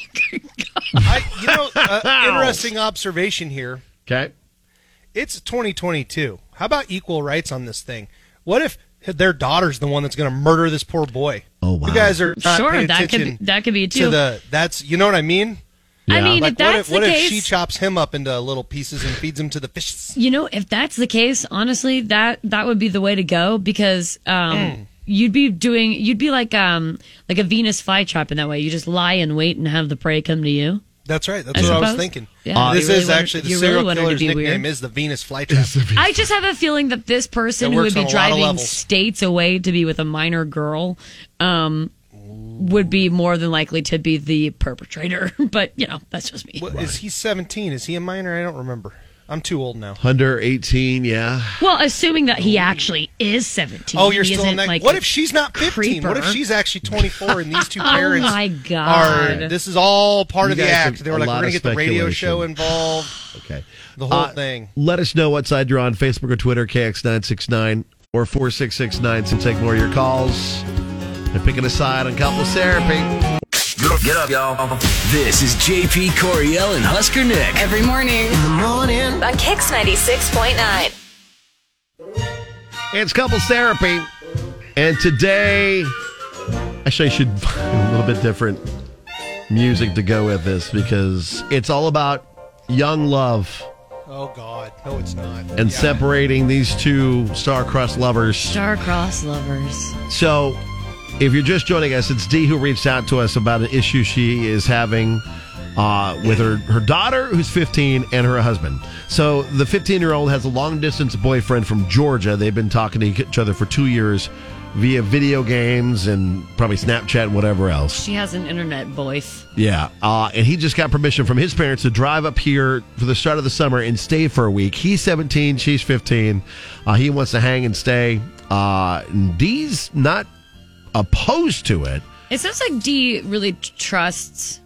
[SPEAKER 2] I, you know, uh, interesting observation here.
[SPEAKER 11] Okay.
[SPEAKER 2] It's 2022. How about equal rights on this thing? What if their daughter's the one that's going to murder this poor boy.
[SPEAKER 11] Oh wow!
[SPEAKER 2] You guys are not
[SPEAKER 4] Sure,
[SPEAKER 2] paying
[SPEAKER 4] that could be-
[SPEAKER 2] attention
[SPEAKER 4] that could be it,
[SPEAKER 2] to
[SPEAKER 4] too.
[SPEAKER 2] the that's you know what I mean.
[SPEAKER 4] I mean, if
[SPEAKER 2] like what
[SPEAKER 4] that's
[SPEAKER 2] if, what
[SPEAKER 4] the
[SPEAKER 2] if she
[SPEAKER 4] case-
[SPEAKER 2] chops him up into little pieces and feeds him to the fishes?
[SPEAKER 4] You know, if that's the case, honestly, that that would be the way to go because um,
[SPEAKER 2] Mm.
[SPEAKER 4] you'd be doing you'd be like um like a Venus flytrap in that way. You just lie and wait and have the prey come to you.
[SPEAKER 2] That's right. That's
[SPEAKER 4] I
[SPEAKER 2] what I was
[SPEAKER 4] suppose.
[SPEAKER 2] thinking.
[SPEAKER 4] Yeah, Uh,
[SPEAKER 2] this
[SPEAKER 4] you really
[SPEAKER 2] is
[SPEAKER 4] wanted-
[SPEAKER 2] actually the
[SPEAKER 4] you really
[SPEAKER 2] serial
[SPEAKER 4] wanted to
[SPEAKER 2] killer's
[SPEAKER 4] be
[SPEAKER 2] nickname
[SPEAKER 4] weird.
[SPEAKER 2] is the Venus flytrap.
[SPEAKER 4] I just have a feeling that this person
[SPEAKER 2] That
[SPEAKER 4] who
[SPEAKER 2] works
[SPEAKER 4] would be
[SPEAKER 2] on a lot of
[SPEAKER 4] driving
[SPEAKER 2] levels.
[SPEAKER 4] states away to be with a minor girl um, would be more than likely to be the perpetrator. But you know, that's just me.
[SPEAKER 2] What, Is he seventeen? Is he a minor? I don't remember. I'm too old now.
[SPEAKER 11] Under eighteen, yeah.
[SPEAKER 4] Well, assuming that he actually is seventeen.
[SPEAKER 2] Oh, you're
[SPEAKER 4] He
[SPEAKER 2] still in
[SPEAKER 4] isn't,
[SPEAKER 2] that.
[SPEAKER 4] Like
[SPEAKER 2] what
[SPEAKER 4] a
[SPEAKER 2] if she's not 15? What if
[SPEAKER 4] creeper.
[SPEAKER 2] she's actually 24 and these two
[SPEAKER 4] Oh
[SPEAKER 2] parents
[SPEAKER 4] my
[SPEAKER 2] are.
[SPEAKER 4] God.
[SPEAKER 2] This is all part
[SPEAKER 11] You
[SPEAKER 2] of the
[SPEAKER 11] guys
[SPEAKER 2] act.
[SPEAKER 11] have
[SPEAKER 2] They were
[SPEAKER 11] a
[SPEAKER 2] like,
[SPEAKER 11] lot
[SPEAKER 2] we're going
[SPEAKER 11] of
[SPEAKER 2] to get the radio
[SPEAKER 11] speculation.
[SPEAKER 2] show involved.
[SPEAKER 11] okay.
[SPEAKER 2] The whole
[SPEAKER 11] Uh,
[SPEAKER 2] thing.
[SPEAKER 11] Let us know what side you're on Facebook or Twitter, KX969 or 4669 to take more of your calls. They're picking a side on couples therapy.
[SPEAKER 3] Get up, y'all. This is JP Coriel and Husker Nick.
[SPEAKER 5] Every morning. In
[SPEAKER 11] the morning.
[SPEAKER 5] On Kix 96.9.
[SPEAKER 11] It's couples therapy. And today, actually, I should find a little bit different music to go with this because it's all about young love
[SPEAKER 2] Oh, God. No, it's not.
[SPEAKER 11] and separating these two star-crossed lovers.
[SPEAKER 4] star-crossed lovers.
[SPEAKER 11] So, if you're just joining us, it's Dee who reached out to us about an issue she is having uh, with her, her daughter, who's 15, and her husband. So, the 15 year old has a long distance boyfriend from Georgia. They've been talking to each other for two years via video games and probably Snapchat and whatever else.
[SPEAKER 4] She has an internet voice.
[SPEAKER 11] Yeah, uh, and he just got permission from his parents to drive up here for the start of the summer and stay for a week. He's 17, she's 15. Uh, he wants to hang and stay. Uh, and Dee's not opposed to it.
[SPEAKER 4] It sounds like Dee really t- trusts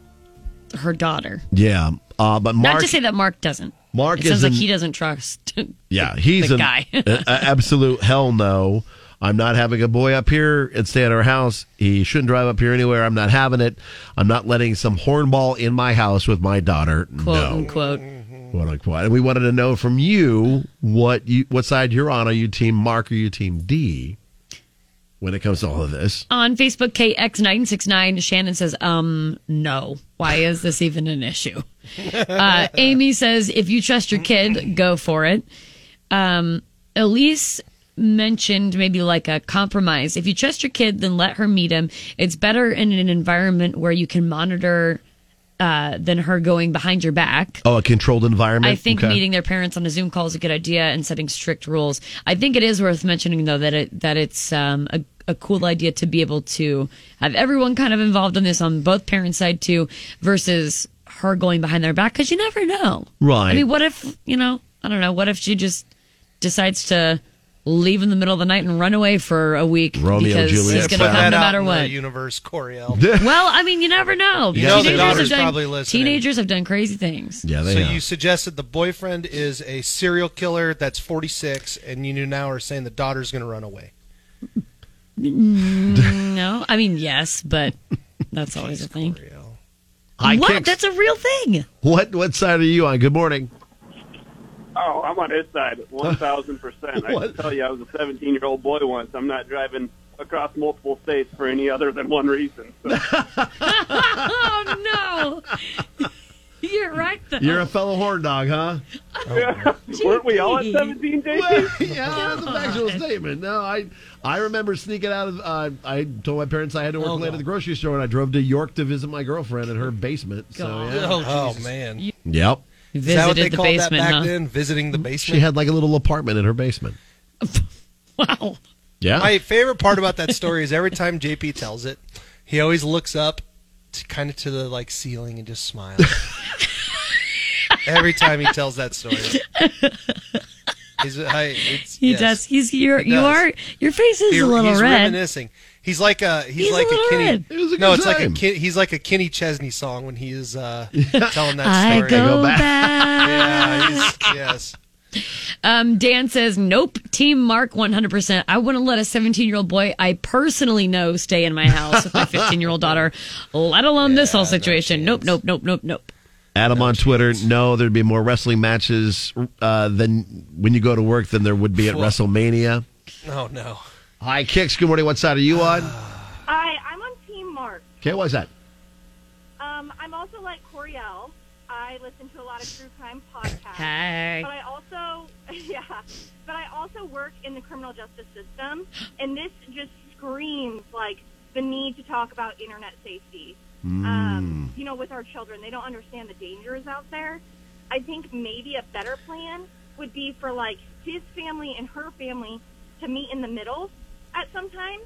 [SPEAKER 4] her daughter.
[SPEAKER 11] Yeah, uh, but Mark,
[SPEAKER 4] Not to say that Mark doesn't.
[SPEAKER 11] Mark
[SPEAKER 4] it sounds
[SPEAKER 11] is
[SPEAKER 4] like
[SPEAKER 11] an-
[SPEAKER 4] he doesn't trust.
[SPEAKER 11] yeah, he's
[SPEAKER 4] the
[SPEAKER 11] an
[SPEAKER 4] guy.
[SPEAKER 11] a- a- absolute hell no. I'm not having a boy up here and stay at our house. He shouldn't drive up here anywhere. I'm not having it. I'm not letting some hornball in my house with my daughter.
[SPEAKER 4] quote
[SPEAKER 11] no.
[SPEAKER 4] unquote.
[SPEAKER 11] quote unquote. And we wanted to know from you what you what side you're on. Are you team Mark or you team D when it comes to all of this?
[SPEAKER 4] On Facebook, KX969, Shannon says, um, no. Why is this even an issue? Uh, Amy says, if you trust your kid, go for it. Um, Elise mentioned maybe like a compromise. If you trust your kid, then let her meet him. It's better in an environment where you can monitor uh, than her going behind your back.
[SPEAKER 11] Oh, a controlled environment.
[SPEAKER 4] I think
[SPEAKER 11] Okay.
[SPEAKER 4] meeting their parents on a Zoom call is a good idea and setting strict rules. I think it is worth mentioning though that it that it's um, a, a cool idea to be able to have everyone kind of involved in this on both parents' side too, versus her going behind their back because you never know.
[SPEAKER 11] Right.
[SPEAKER 4] I mean, what if you know? I don't know. What if she just decides to leave in the middle of the night and run away for a week
[SPEAKER 11] Romeo
[SPEAKER 4] because
[SPEAKER 11] Juliet
[SPEAKER 4] it's going to come
[SPEAKER 11] style. Put that
[SPEAKER 4] no
[SPEAKER 11] out
[SPEAKER 4] matter
[SPEAKER 2] in the
[SPEAKER 4] what.
[SPEAKER 2] universe, Coriel.
[SPEAKER 4] well, I mean, you never know.
[SPEAKER 2] You know the daughter's
[SPEAKER 4] have done,
[SPEAKER 2] probably listening.
[SPEAKER 4] teenagers have done crazy things.
[SPEAKER 2] so you suggested the boyfriend is a serial killer that's 46, and you now are saying the daughter's going to run away.
[SPEAKER 4] Mm, no, I mean yes, but that's always a thing.
[SPEAKER 11] High
[SPEAKER 4] what?
[SPEAKER 11] kicks.
[SPEAKER 4] That's a real thing.
[SPEAKER 11] What what side are you on? Good morning.
[SPEAKER 21] Oh, I'm on his side, one thousand percent. I can
[SPEAKER 11] What?
[SPEAKER 21] tell you, I was a seventeen-year-old boy once. I'm not driving across multiple states for any other than one reason. So,
[SPEAKER 4] oh no, you're right though.
[SPEAKER 11] You're a fellow horn dog, huh?
[SPEAKER 21] weren't we all at seventeen, JP?
[SPEAKER 11] yeah, that's a factual statement. No, I I remember sneaking out of. Uh, I told my parents I had to work
[SPEAKER 2] Oh,
[SPEAKER 11] late
[SPEAKER 2] God.
[SPEAKER 11] at the grocery store, and I drove to York to visit my girlfriend in her basement. So
[SPEAKER 2] God.
[SPEAKER 11] yeah.
[SPEAKER 2] Oh, Oh, Jesus. man.
[SPEAKER 11] Yep.
[SPEAKER 4] You
[SPEAKER 2] Is that what
[SPEAKER 4] visited
[SPEAKER 2] they
[SPEAKER 4] the
[SPEAKER 2] called
[SPEAKER 4] basement,
[SPEAKER 2] that back
[SPEAKER 4] huh?
[SPEAKER 2] then? Visiting the basement.
[SPEAKER 11] She had like a little apartment in her basement.
[SPEAKER 4] wow.
[SPEAKER 11] Yeah.
[SPEAKER 2] My favorite part about that story is every time JP tells it, he always looks up to kind of to the like ceiling and just smiles. every time he tells that story. He's, I, it's,
[SPEAKER 4] He
[SPEAKER 2] yes.
[SPEAKER 4] does. He's you're,
[SPEAKER 2] He
[SPEAKER 4] you
[SPEAKER 2] does.
[SPEAKER 4] are your face is
[SPEAKER 2] He-
[SPEAKER 4] a little
[SPEAKER 2] he's
[SPEAKER 4] red.
[SPEAKER 2] reminiscing. He's like a he's,
[SPEAKER 4] He's a
[SPEAKER 2] like a,
[SPEAKER 4] little
[SPEAKER 2] Kenny.
[SPEAKER 4] red. It was a
[SPEAKER 2] no,
[SPEAKER 4] good
[SPEAKER 2] it's like a
[SPEAKER 4] time.
[SPEAKER 2] Ken, he's like a Kenny Chesney song when he is uh, telling that
[SPEAKER 4] I
[SPEAKER 2] story.
[SPEAKER 4] go back.
[SPEAKER 2] yeah, he's, yes.
[SPEAKER 4] Um, Dan says, "Nope, Team Mark, one hundred percent. I wouldn't let a seventeen-year-old boy I personally know stay in my house with my fifteen-year-old daughter, let alone this whole situation. nope, nope, nope, nope, nope.
[SPEAKER 2] Oh,
[SPEAKER 11] Adam on Twitter, no, there'd be more wrestling matches uh, than when you go to work than there would be at
[SPEAKER 2] Well-
[SPEAKER 11] WrestleMania.
[SPEAKER 2] Oh no.
[SPEAKER 11] Hi, Kicks. Good morning. What side are you on?
[SPEAKER 2] Ah.
[SPEAKER 20] I I'm on Team Mark.
[SPEAKER 11] Okay, why is that?
[SPEAKER 20] Um, I'm also like Coriel. I listen to a lot of true crime podcasts.
[SPEAKER 4] Hey.
[SPEAKER 20] But I also, yeah, but I also work in the criminal justice system, and this just screams like the need to talk about internet safety. Um, you know, with our children, they don't understand the dangers out there. I think maybe a better plan would be for like his family and her family to meet in the middle at some time,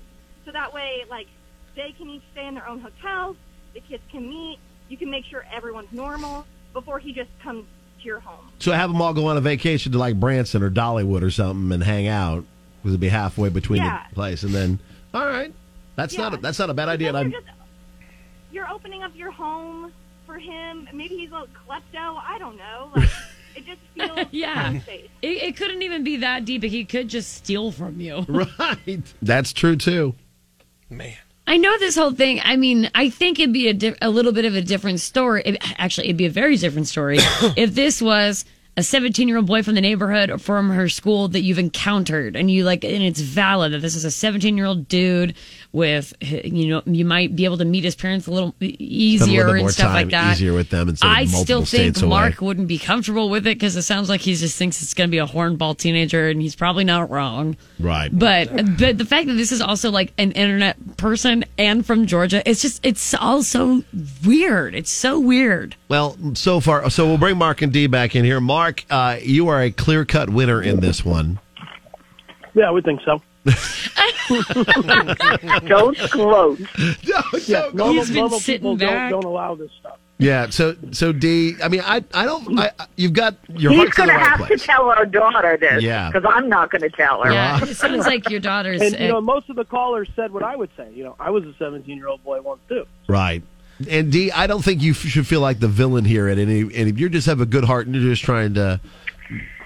[SPEAKER 20] so that way, like, they can each stay in their own hotels. The kids can meet. You can make sure everyone's normal before he just comes to your home.
[SPEAKER 11] So have them all go on a vacation to like Branson or Dollywood or something and hang out because it'd be halfway between
[SPEAKER 20] Yeah.
[SPEAKER 11] the place. And then, all right, that's not a, that's not a bad idea. And I'm
[SPEAKER 20] You're opening up your home for him. Maybe he's a little klepto. I don't know. Like, it just feels
[SPEAKER 4] Yeah.
[SPEAKER 20] safe.
[SPEAKER 4] It, it couldn't even be that deep. He could just steal from you.
[SPEAKER 11] Right. that's true too.
[SPEAKER 2] Man,
[SPEAKER 4] I know this whole thing. I mean, I think it'd be a, di- a little bit of a different story. It, actually, it'd be a very different story if this was a 17 year old boy from the neighborhood or from her school that you've encountered and you like, and it's valid that this is a 17 year old dude with, you know, you might be able to meet his parents a little e-,
[SPEAKER 11] Spend a
[SPEAKER 4] easier
[SPEAKER 11] little bit more
[SPEAKER 4] and stuff
[SPEAKER 11] time
[SPEAKER 4] like that.
[SPEAKER 11] easier with them instead of
[SPEAKER 4] I still
[SPEAKER 11] multiple
[SPEAKER 4] think
[SPEAKER 11] states away.
[SPEAKER 4] Mark wouldn't be comfortable with it because it sounds like he just thinks it's going to be a hornball teenager and he's probably not wrong.
[SPEAKER 11] right.
[SPEAKER 4] But but the fact that this is also like an internet person and from Georgia, it's just it's all so weird. It's so weird.
[SPEAKER 11] Well, so far, so we'll bring Mark and D back in here. Mark, uh, you are a clear cut winner in this one.
[SPEAKER 19] Yeah, we think so.
[SPEAKER 17] don't gloat.
[SPEAKER 19] yeah, normal,
[SPEAKER 17] He's been
[SPEAKER 19] normal
[SPEAKER 17] sitting
[SPEAKER 19] people
[SPEAKER 17] back.
[SPEAKER 19] Don't, don't allow this stuff.
[SPEAKER 11] Yeah. So, so D, I mean, I, I don't, I, I- you've got your
[SPEAKER 17] He's
[SPEAKER 11] heart's
[SPEAKER 17] going
[SPEAKER 11] in the
[SPEAKER 17] to
[SPEAKER 11] right
[SPEAKER 17] have
[SPEAKER 11] place.
[SPEAKER 17] to tell our daughter this.
[SPEAKER 11] Yeah.
[SPEAKER 17] Because I'm not going to tell her.
[SPEAKER 4] Yeah, it sounds like your daughter's.
[SPEAKER 19] And you know, most of the callers said what I would say. You know, I was a 17 year old boy once too.
[SPEAKER 11] Right. And D, I don't think you f- should feel like the villain here at any. And if you just have a good heart and you're just trying to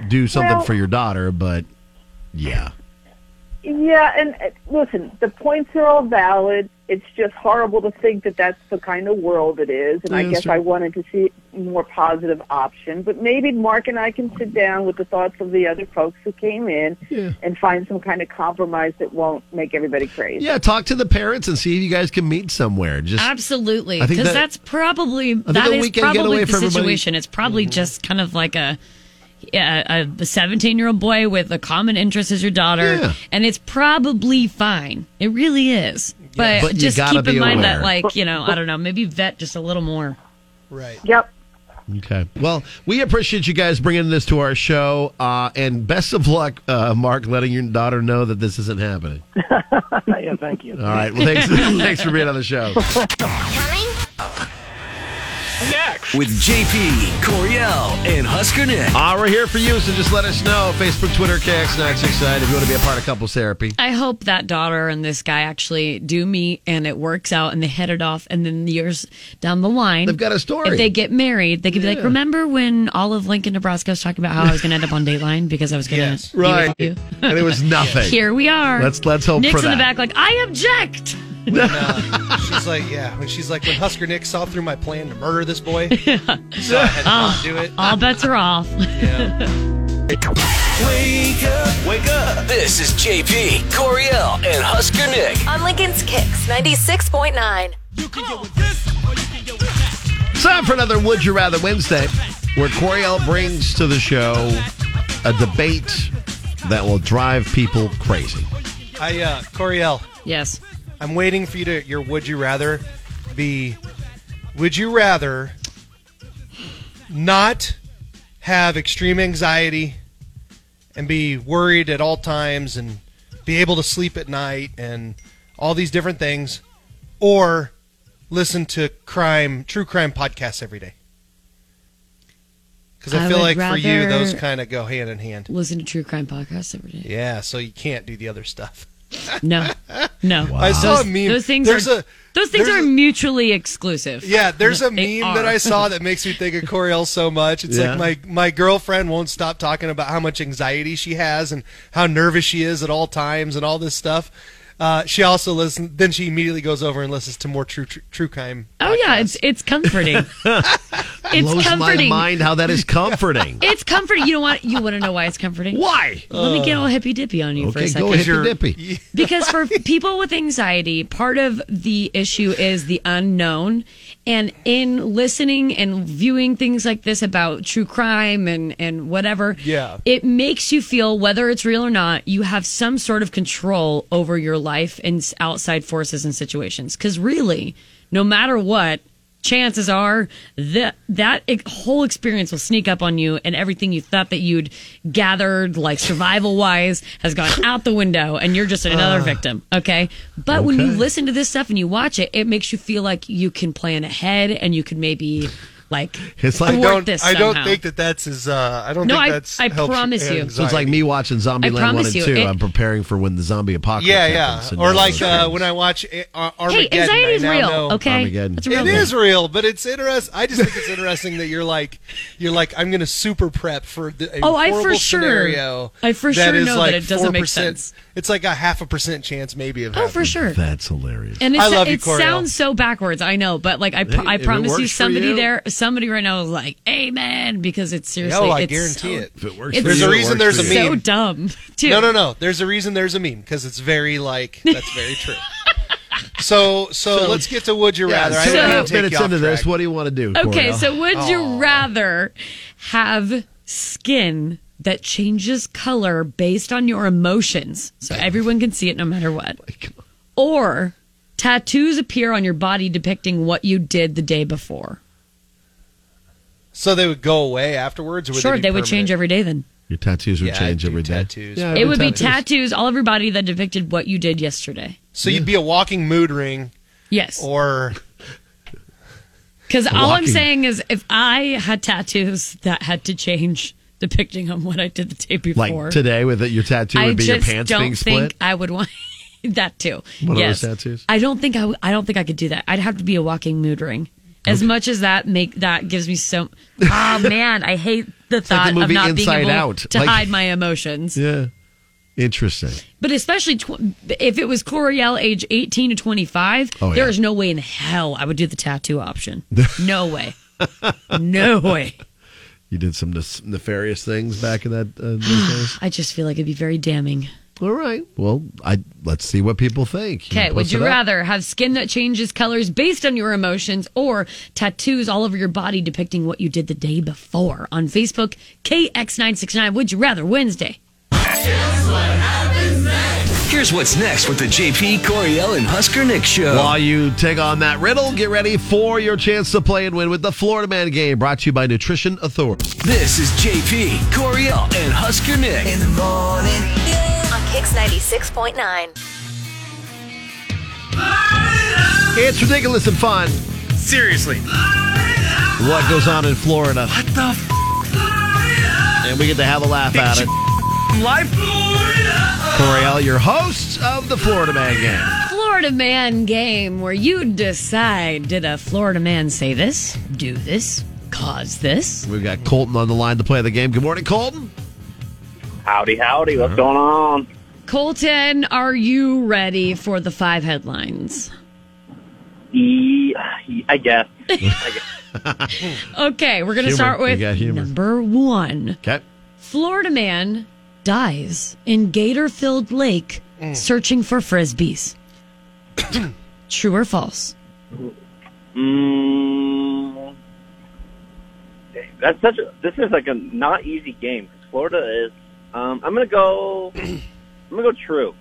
[SPEAKER 11] do something
[SPEAKER 18] Well-
[SPEAKER 11] for your daughter, but yeah,
[SPEAKER 18] Yeah, and uh, listen, the points are all valid. It's just horrible to think that that's the kind of world it is. And I
[SPEAKER 11] Yeah,
[SPEAKER 18] guess
[SPEAKER 11] sure.
[SPEAKER 18] I wanted to see a more positive option. But maybe Mark and I can sit down with the thoughts of the other folks who came in and find some kind of compromise that won't make everybody crazy.
[SPEAKER 11] yeah. Talk to the parents and see if you guys can meet somewhere. Just
[SPEAKER 4] absolutely
[SPEAKER 11] I think
[SPEAKER 4] because
[SPEAKER 11] that-
[SPEAKER 4] that's probably
[SPEAKER 11] think
[SPEAKER 4] that
[SPEAKER 11] a
[SPEAKER 4] is
[SPEAKER 11] weekend getaway
[SPEAKER 4] probably the
[SPEAKER 11] for everybody-
[SPEAKER 4] situation. It's probably just kind of like a. Yeah, a seventeen-year-old boy with a common interest as your daughter,
[SPEAKER 11] Yeah.
[SPEAKER 4] and it's probably fine. It really is, but,
[SPEAKER 11] But you
[SPEAKER 4] just
[SPEAKER 11] gotta
[SPEAKER 4] keep in
[SPEAKER 11] be
[SPEAKER 4] mind
[SPEAKER 11] aware.
[SPEAKER 4] that, like, you know, I don't know, maybe vet just a little more.
[SPEAKER 2] Right.
[SPEAKER 18] Yep.
[SPEAKER 11] Okay. Well, we appreciate you guys bringing this to our show, uh, and best of luck, uh, Mark, letting your daughter know that this isn't happening.
[SPEAKER 19] yeah, thank you.
[SPEAKER 11] All right. Well, thanks, thanks for being on the show.
[SPEAKER 3] With JP, Coriel, and Husker Nick.
[SPEAKER 11] Uh, we're here for you, so just let us know. Facebook, Twitter, KX969, if you want to be a part of couples therapy.
[SPEAKER 4] I hope that daughter and this guy actually do meet and it works out and they hit it off and then years down the line
[SPEAKER 11] They've got a story.
[SPEAKER 4] If they get married, they could be
[SPEAKER 11] Yeah.
[SPEAKER 4] like, Remember when all of Lincoln, Nebraska was talking about how I was gonna end up on Dateline because I was gonna be with
[SPEAKER 11] Right.
[SPEAKER 4] you?
[SPEAKER 11] And it was nothing.
[SPEAKER 4] Here we are.
[SPEAKER 11] Let's- let's hope
[SPEAKER 4] Nick's
[SPEAKER 11] for
[SPEAKER 4] in the back
[SPEAKER 11] that.
[SPEAKER 4] like, I object.
[SPEAKER 2] When, uh, she's like, yeah. When she's like, when Husker Nick saw through my plan to murder this boy, so I had to
[SPEAKER 4] Oh.
[SPEAKER 2] not do it.
[SPEAKER 4] All bets are off.
[SPEAKER 3] Wake up, wake up. This is JP, Coriel, and Husker Nick.
[SPEAKER 5] On Lincoln's Kicks 96.9.
[SPEAKER 11] It's time for another Would You Rather Wednesday, where Coriel brings to the show a debate that will drive people crazy.
[SPEAKER 2] I, uh, Coriel.
[SPEAKER 4] Yes.
[SPEAKER 2] I'm waiting for you to your would you rather be would you rather not have extreme anxiety and be worried at all times and be able to sleep at night and all these different things or listen to crime true crime podcasts every day because i,
[SPEAKER 4] I
[SPEAKER 2] feel
[SPEAKER 4] would
[SPEAKER 2] like for you those
[SPEAKER 4] rather-
[SPEAKER 2] kind of go hand in hand
[SPEAKER 4] Listen to true crime podcasts every day.
[SPEAKER 2] yeah so you can't do the other stuff
[SPEAKER 4] No. No.
[SPEAKER 2] I saw
[SPEAKER 4] those,
[SPEAKER 2] a meme.
[SPEAKER 4] Those things
[SPEAKER 2] There's
[SPEAKER 4] are
[SPEAKER 2] a-
[SPEAKER 4] those things
[SPEAKER 2] there's
[SPEAKER 4] are mutually exclusive.
[SPEAKER 2] Yeah, there's a
[SPEAKER 4] They
[SPEAKER 2] meme that
[SPEAKER 4] are.
[SPEAKER 2] I saw that makes me think of Coriel so much. It's
[SPEAKER 11] Yeah.
[SPEAKER 2] like my my girlfriend won't stop talking about how much anxiety she has and how nervous she is at all times and all this stuff. Uh, she also listens. Then she immediately goes over and listens to more true true, true crime.
[SPEAKER 4] Oh yeah, it's it's comforting. It's
[SPEAKER 11] blows
[SPEAKER 4] comforting.
[SPEAKER 11] my mind how that is comforting.
[SPEAKER 4] It's comforting. You know what? You want to know why it's comforting?
[SPEAKER 11] Why?
[SPEAKER 4] Let me get all hippy dippy on you for a
[SPEAKER 11] okay,
[SPEAKER 4] second.
[SPEAKER 11] go hippy dippy.
[SPEAKER 4] because for people with anxiety, part of the issue is the unknown. And in listening and viewing things like this about true crime and, and whatever,
[SPEAKER 6] Yeah.
[SPEAKER 4] it makes you feel, whether it's real or not, you have some sort of control over your life and s- outside forces and situations. Because really, no matter what, chances are that that e- whole experience will sneak up on you and everything you thought that you'd gathered like survival wise has gone out the window and you're just another
[SPEAKER 22] Ah.
[SPEAKER 4] victim okay but when you
[SPEAKER 22] Okay.
[SPEAKER 4] listen to this stuff and you watch it it makes you feel like you can plan ahead and you can maybe like
[SPEAKER 11] It's
[SPEAKER 2] I
[SPEAKER 11] like
[SPEAKER 2] don't,
[SPEAKER 4] thwart this
[SPEAKER 2] I don't
[SPEAKER 4] somehow.
[SPEAKER 2] think that that's his. Uh, I don't
[SPEAKER 4] No,
[SPEAKER 2] think
[SPEAKER 4] I-
[SPEAKER 2] that's.
[SPEAKER 4] I
[SPEAKER 2] helps
[SPEAKER 4] promise you.
[SPEAKER 2] anxiety.
[SPEAKER 11] So it's like me watching Zombieland
[SPEAKER 4] promise
[SPEAKER 11] one and
[SPEAKER 4] you,
[SPEAKER 11] two.
[SPEAKER 4] it-
[SPEAKER 11] I'm preparing for when the zombie apocalypse.
[SPEAKER 2] Yeah, yeah.
[SPEAKER 11] happens and all
[SPEAKER 2] Or like
[SPEAKER 11] those
[SPEAKER 2] uh,
[SPEAKER 11] things.
[SPEAKER 2] when I watch Ar- Ar-
[SPEAKER 4] Hey,
[SPEAKER 2] Armageddon.
[SPEAKER 4] anxiety's
[SPEAKER 2] I now
[SPEAKER 4] real,
[SPEAKER 2] know-
[SPEAKER 4] okay?
[SPEAKER 11] Armageddon. It's a real
[SPEAKER 2] It
[SPEAKER 11] thing.
[SPEAKER 2] is real, but it's interest. I just think it's interesting that you're like, you're like, I'm going to super prep for the, a
[SPEAKER 4] Oh, I for
[SPEAKER 2] horrible
[SPEAKER 4] sure-
[SPEAKER 2] scenario.
[SPEAKER 4] I for
[SPEAKER 2] that
[SPEAKER 4] sure
[SPEAKER 2] is
[SPEAKER 4] know that
[SPEAKER 2] like
[SPEAKER 4] it doesn't make
[SPEAKER 2] 4%.
[SPEAKER 4] sense.
[SPEAKER 2] It's like a half a percent chance, maybe of.
[SPEAKER 4] oh for
[SPEAKER 2] happening.
[SPEAKER 4] sure
[SPEAKER 11] That's hilarious.
[SPEAKER 4] and
[SPEAKER 2] I
[SPEAKER 4] it's,
[SPEAKER 2] love you,
[SPEAKER 4] it
[SPEAKER 2] Coriel.
[SPEAKER 4] sounds so backwards i know but like i, pro-
[SPEAKER 2] Hey,
[SPEAKER 4] I
[SPEAKER 2] if it
[SPEAKER 4] promise you
[SPEAKER 2] works for
[SPEAKER 4] somebody
[SPEAKER 2] you.
[SPEAKER 4] there somebody right now is like amen because it's seriously
[SPEAKER 2] no, I
[SPEAKER 4] it's
[SPEAKER 2] guarantee
[SPEAKER 4] so-
[SPEAKER 2] it.
[SPEAKER 11] If it works
[SPEAKER 4] it's
[SPEAKER 2] there's a reason. There's a
[SPEAKER 4] so
[SPEAKER 2] meme.
[SPEAKER 4] dumb too.
[SPEAKER 2] No, no, no. There's a reason. There's a meme because it's very like that's very true. So, so,
[SPEAKER 11] So-
[SPEAKER 2] let's get to would you
[SPEAKER 11] Yeah,
[SPEAKER 2] rather.
[SPEAKER 11] two and a
[SPEAKER 2] I
[SPEAKER 11] half minutes into this, what do you want to do?
[SPEAKER 4] Okay,
[SPEAKER 11] Coriel?
[SPEAKER 4] so would you rather have skin that changes color based on your emotions so everyone can see it no matter
[SPEAKER 11] Oh
[SPEAKER 4] what? Or tattoos appear on your body depicting what you did the day before?
[SPEAKER 2] So they would go away afterwards. Or would
[SPEAKER 4] sure,
[SPEAKER 2] be
[SPEAKER 4] they, would change every day then.
[SPEAKER 11] Your tattoos would
[SPEAKER 2] Yeah,
[SPEAKER 11] change
[SPEAKER 2] I'd do
[SPEAKER 11] every day.
[SPEAKER 2] tattoos.
[SPEAKER 11] Yeah, I
[SPEAKER 4] it
[SPEAKER 11] do
[SPEAKER 4] would
[SPEAKER 11] tattoos.
[SPEAKER 4] be tattoos all over your body that depicted what you did yesterday.
[SPEAKER 2] So you'd be a walking mood ring.
[SPEAKER 4] Yes.
[SPEAKER 2] Or
[SPEAKER 4] Because all I'm
[SPEAKER 2] Walking.
[SPEAKER 4] saying is if I had tattoos that had to change depicting on what I did the
[SPEAKER 2] Oh.
[SPEAKER 4] day
[SPEAKER 11] Like
[SPEAKER 4] before.
[SPEAKER 11] today, with it, your tattoo
[SPEAKER 4] I
[SPEAKER 11] would be your
[SPEAKER 4] just
[SPEAKER 11] pants
[SPEAKER 4] don't
[SPEAKER 11] being split.
[SPEAKER 4] think I would want that too.
[SPEAKER 11] One of
[SPEAKER 4] yes.
[SPEAKER 11] those tattoos?
[SPEAKER 4] I don't think I. W- I don't think I could do that. I'd have to be a walking mood ring. As much as that make that gives me so. Oh man, I hate the
[SPEAKER 11] like the
[SPEAKER 4] thought of
[SPEAKER 11] movie
[SPEAKER 4] not being
[SPEAKER 11] Inside
[SPEAKER 4] able
[SPEAKER 11] Out.
[SPEAKER 4] to
[SPEAKER 11] Like-
[SPEAKER 4] hide my emotions.
[SPEAKER 11] yeah, interesting.
[SPEAKER 4] But especially tw- if it was Coriel, age eighteen to twenty five,
[SPEAKER 11] Oh, yeah.
[SPEAKER 4] there is no way in hell I would do the tattoo option. No way. no way.
[SPEAKER 11] You did some nes- nefarious things back in that uh, those days.
[SPEAKER 4] I just feel like it'd be very damning.
[SPEAKER 11] All right. Well, I let's see what people think.
[SPEAKER 4] Okay,
[SPEAKER 11] Let's
[SPEAKER 4] would you
[SPEAKER 11] it up.
[SPEAKER 4] rather have skin that changes colors based on your emotions or tattoos all over your body depicting what you did the day before? On Facebook, KX969, Would You Rather Wednesday.
[SPEAKER 3] Here's what's next with the JP Coriel and Husker Nick show.
[SPEAKER 11] While you take on that riddle, get ready for your chance to play and win with the Florida Man game brought to you by Nutrition Authority.
[SPEAKER 3] This is JP Coriel and Husker Nick. In the morning.
[SPEAKER 5] On Kix 96.9.
[SPEAKER 11] It's ridiculous and fun. Seriously. What goes on in Florida? What the f? And we get to have a laugh at it.
[SPEAKER 3] Live.
[SPEAKER 11] Coriel, your hosts of the Florida Man game.
[SPEAKER 4] Florida Man game where you decide did a Florida man say this, do this, cause this?
[SPEAKER 11] We've got Colton on the line to play the game. Good morning, Colton.
[SPEAKER 21] Howdy, howdy.
[SPEAKER 4] Uh-huh.
[SPEAKER 21] What's going on?
[SPEAKER 4] Colton, are you ready for the five headlines?
[SPEAKER 21] E- I guess. I guess.
[SPEAKER 4] Okay, we're going to
[SPEAKER 21] Humor.
[SPEAKER 4] start
[SPEAKER 21] We
[SPEAKER 4] with
[SPEAKER 21] got humor.
[SPEAKER 4] number one.
[SPEAKER 11] Okay.
[SPEAKER 4] Florida man dies in gator filled lake
[SPEAKER 2] Mm.
[SPEAKER 4] searching for frisbees. True or false?
[SPEAKER 21] Mm, that's such. A, this is like a not easy game. 'cause Florida is. Um, I'm gonna go. I'm gonna go true.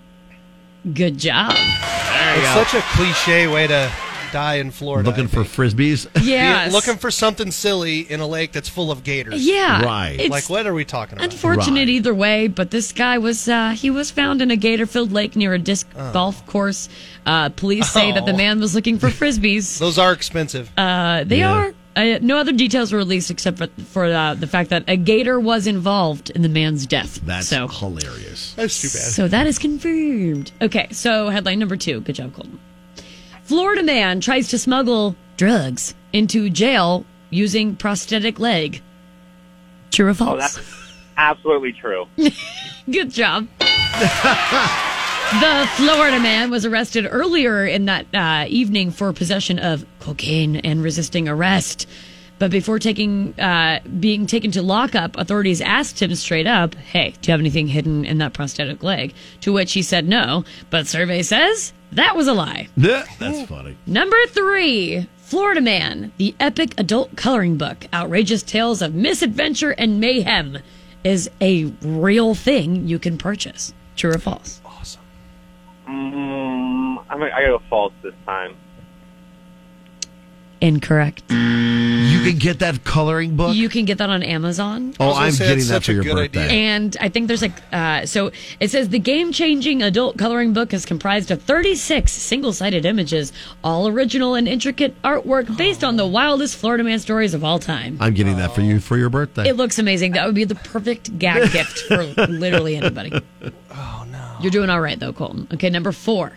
[SPEAKER 4] Good job.
[SPEAKER 2] it's such a cliche way to die in Florida.
[SPEAKER 11] Looking for frisbees.
[SPEAKER 4] Yes.
[SPEAKER 2] Be- looking for something silly in a lake that's full of gators.
[SPEAKER 4] Yeah, Right. it's-
[SPEAKER 2] Like what are we talking about?
[SPEAKER 4] Unfortunate either way, but this guy was uh, he was found in a gator filled lake near a disc golf course. Uh, police say that the
[SPEAKER 2] Oh.
[SPEAKER 4] man was looking for frisbees.
[SPEAKER 2] Those are expensive.
[SPEAKER 4] Uh, they
[SPEAKER 2] Yeah.
[SPEAKER 4] are. Uh, no other details were released except for, for uh, the fact that a gator was involved in the man's death.
[SPEAKER 11] That's
[SPEAKER 4] so
[SPEAKER 11] hilarious. That's too
[SPEAKER 4] So that is confirmed. Okay, so headline number two. Good job, Colton. Florida man tries to smuggle drugs into jail using prosthetic leg. True or
[SPEAKER 21] Oh,
[SPEAKER 4] false?
[SPEAKER 21] that's absolutely true.
[SPEAKER 4] Good job. the Florida man was arrested earlier in that uh, evening for possession of cocaine and resisting arrest. But before taking uh, being taken to lockup, authorities asked him straight up, "Hey, do you have anything hidden in that prosthetic leg?" To which he said no, but survey says that was a lie.
[SPEAKER 11] Yeah, that's funny.
[SPEAKER 4] Number three, Florida Man, the epic adult coloring book, Outrageous Tales of Misadventure and Mayhem, is a real thing you can purchase. True or false? Awesome.
[SPEAKER 21] Mm, I'm gonna, I gotta go false this time.
[SPEAKER 4] Incorrect.
[SPEAKER 11] You can get that coloring book.
[SPEAKER 4] You can get that on Amazon.
[SPEAKER 11] Oh, I'm getting that for your birthday.
[SPEAKER 4] And I think there's like, uh, so it says the game changing adult coloring book is comprised of 36 single sided images, all original and intricate artwork based on the wildest Florida man stories of all time.
[SPEAKER 11] I'm getting that for you for your birthday.
[SPEAKER 4] It looks amazing. That would be the perfect gag gift for literally anybody.
[SPEAKER 11] Oh,
[SPEAKER 4] You're doing all right, though, Colton. Okay, number four.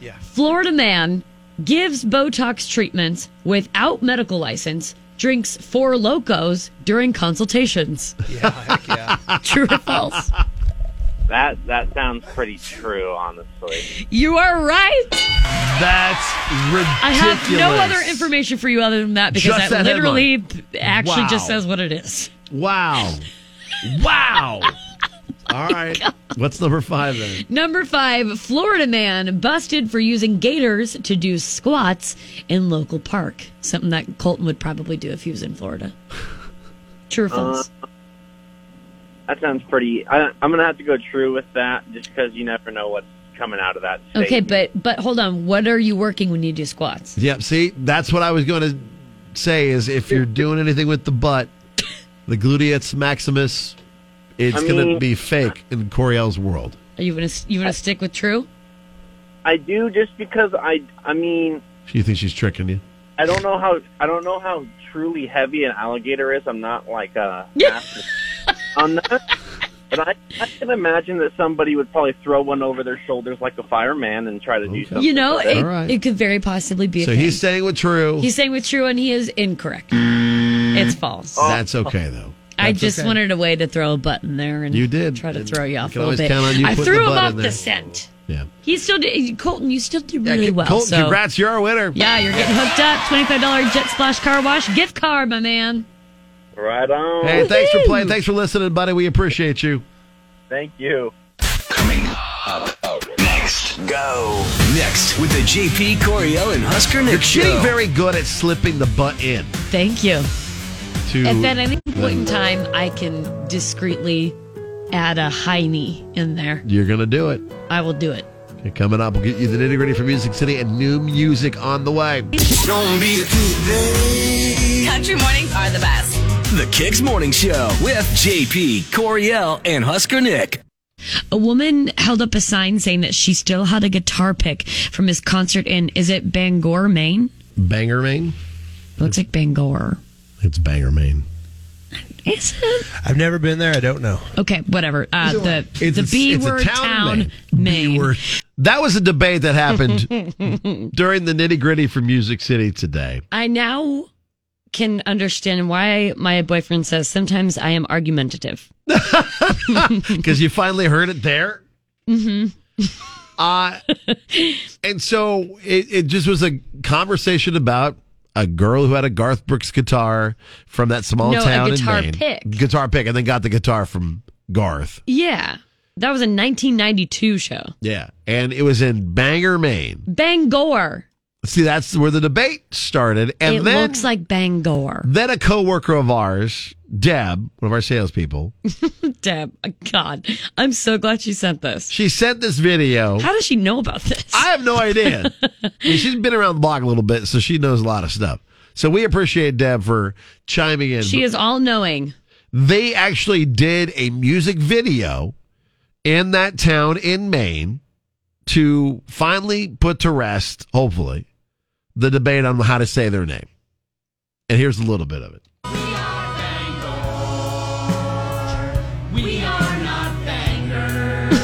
[SPEAKER 2] Yeah.
[SPEAKER 4] Florida man gives Botox treatments without medical license, drinks four locos during consultations. True or false?
[SPEAKER 21] That that sounds pretty true, honestly.
[SPEAKER 4] You are right.
[SPEAKER 11] That's ridiculous.
[SPEAKER 4] I have no other information for you other than that because
[SPEAKER 11] Just
[SPEAKER 4] that,
[SPEAKER 11] that
[SPEAKER 4] literally
[SPEAKER 11] headline.
[SPEAKER 4] p- actually just
[SPEAKER 11] Wow.
[SPEAKER 4] says what it is.
[SPEAKER 11] Wow. Wow. All right. What's number five then?
[SPEAKER 4] Number five, Florida man busted for using gators to do squats in local park. Something that Colton would probably do if he was in Florida. True or false?
[SPEAKER 21] Uh, that sounds pretty. I, I'm gonna have to go true with that, just because you never know what's coming out of that. State.
[SPEAKER 4] okay, but but hold on. What are you working when you do squats?
[SPEAKER 11] Yep. See, that's what I was going to say is if you're doing anything with the butt, the gluteus maximus, it's
[SPEAKER 4] I
[SPEAKER 11] going to
[SPEAKER 4] mean-
[SPEAKER 11] be fake in Coriel's world.
[SPEAKER 4] Are you gonna you gonna stick with true?
[SPEAKER 21] I do just because I. I mean,
[SPEAKER 11] You think she's tricking you?
[SPEAKER 21] I don't know how. I don't know how truly heavy an alligator is. I'm not like a. master on that. But I, I can imagine that somebody would probably throw one over their shoulders like a fireman and try to do something.
[SPEAKER 4] You know,
[SPEAKER 21] with
[SPEAKER 4] it, it could very possibly be. A
[SPEAKER 11] So
[SPEAKER 4] thing.
[SPEAKER 11] he's staying with true. Mm.
[SPEAKER 4] He's saying with true, and he is incorrect. It's false.
[SPEAKER 11] That's okay though.
[SPEAKER 4] I
[SPEAKER 11] That's
[SPEAKER 4] just
[SPEAKER 11] okay.
[SPEAKER 4] wanted a way to throw a button there, and
[SPEAKER 11] You did.
[SPEAKER 4] try to
[SPEAKER 11] And
[SPEAKER 4] throw you off
[SPEAKER 11] can
[SPEAKER 4] a little
[SPEAKER 11] always
[SPEAKER 4] bit.
[SPEAKER 11] count on you
[SPEAKER 4] I
[SPEAKER 11] putting
[SPEAKER 4] threw
[SPEAKER 11] the
[SPEAKER 4] him
[SPEAKER 11] butt
[SPEAKER 4] off
[SPEAKER 11] in
[SPEAKER 4] the
[SPEAKER 11] there.
[SPEAKER 4] scent.
[SPEAKER 11] Yeah.
[SPEAKER 4] He still did. Colton, you still did really well.
[SPEAKER 11] Colton,
[SPEAKER 4] so.
[SPEAKER 11] congrats, you're our winner.
[SPEAKER 4] Yeah, you're getting hooked up. Twenty-five dollar Jet Splash Car Wash gift card, my man.
[SPEAKER 21] Right on.
[SPEAKER 11] Hey, thanks for playing. Thanks for listening, buddy. We appreciate you.
[SPEAKER 21] Thank you.
[SPEAKER 3] Coming up next. Go. Next with the JP Coriel and Husker Nick
[SPEAKER 11] You're
[SPEAKER 3] show.
[SPEAKER 11] getting very good at slipping the butt in.
[SPEAKER 4] Thank you.
[SPEAKER 11] To
[SPEAKER 4] At that any point in time, I can discreetly add a high knee in there.
[SPEAKER 11] You're gonna do it.
[SPEAKER 4] I will do it.
[SPEAKER 11] Okay, coming up, we'll get you the nitty gritty for Music City and new music on the way.
[SPEAKER 3] Don't be
[SPEAKER 5] Country mornings are the best.
[SPEAKER 3] The Kicks Morning Show with JP Coriel and Husker Nick.
[SPEAKER 4] A woman held up a sign saying that she still had a guitar pick from his concert in, is it Bangor, Maine?
[SPEAKER 11] Banger Maine?
[SPEAKER 4] Looks like Bangor.
[SPEAKER 11] It's Banger Maine.
[SPEAKER 4] Is it?
[SPEAKER 2] I've never been there. I don't know.
[SPEAKER 4] Okay, whatever. Uh, the
[SPEAKER 11] It's
[SPEAKER 4] the
[SPEAKER 11] a-
[SPEAKER 4] B
[SPEAKER 11] it's a
[SPEAKER 4] word
[SPEAKER 11] town,
[SPEAKER 4] town,
[SPEAKER 11] Maine.
[SPEAKER 4] Maine.
[SPEAKER 11] That was a debate that happened during the nitty gritty for Music City today.
[SPEAKER 4] I now can understand why my boyfriend says sometimes I am argumentative.
[SPEAKER 11] Because you finally heard it there.
[SPEAKER 4] hmm
[SPEAKER 11] Uh, and so it, it just was a conversation about a girl who had a Garth Brooks guitar from that small
[SPEAKER 4] No, a
[SPEAKER 11] town
[SPEAKER 4] guitar
[SPEAKER 11] in Maine.
[SPEAKER 4] pick.
[SPEAKER 11] Guitar pick, and then got the guitar from Garth.
[SPEAKER 4] Yeah, that was a 1992 show.
[SPEAKER 11] Yeah. And it was in Bangor, Maine.
[SPEAKER 4] Bangor.
[SPEAKER 11] See, that's where the debate started. And
[SPEAKER 4] it
[SPEAKER 11] then
[SPEAKER 4] looks like Bangor.
[SPEAKER 11] Then a coworker of ours, Deb, one of our salespeople,
[SPEAKER 4] Deb, God, I'm so glad you sent this.
[SPEAKER 11] she sent this video.
[SPEAKER 4] How does she know about this?
[SPEAKER 11] I have no idea. I mean, she's been around the block a little bit, so she knows a lot of stuff. So we appreciate Deb for chiming in.
[SPEAKER 4] She is all knowing.
[SPEAKER 11] They actually did a music video in that town in Maine to finally put to rest, hopefully, the debate on how to say their name. And here's a little bit of it.
[SPEAKER 12] We are not bangers.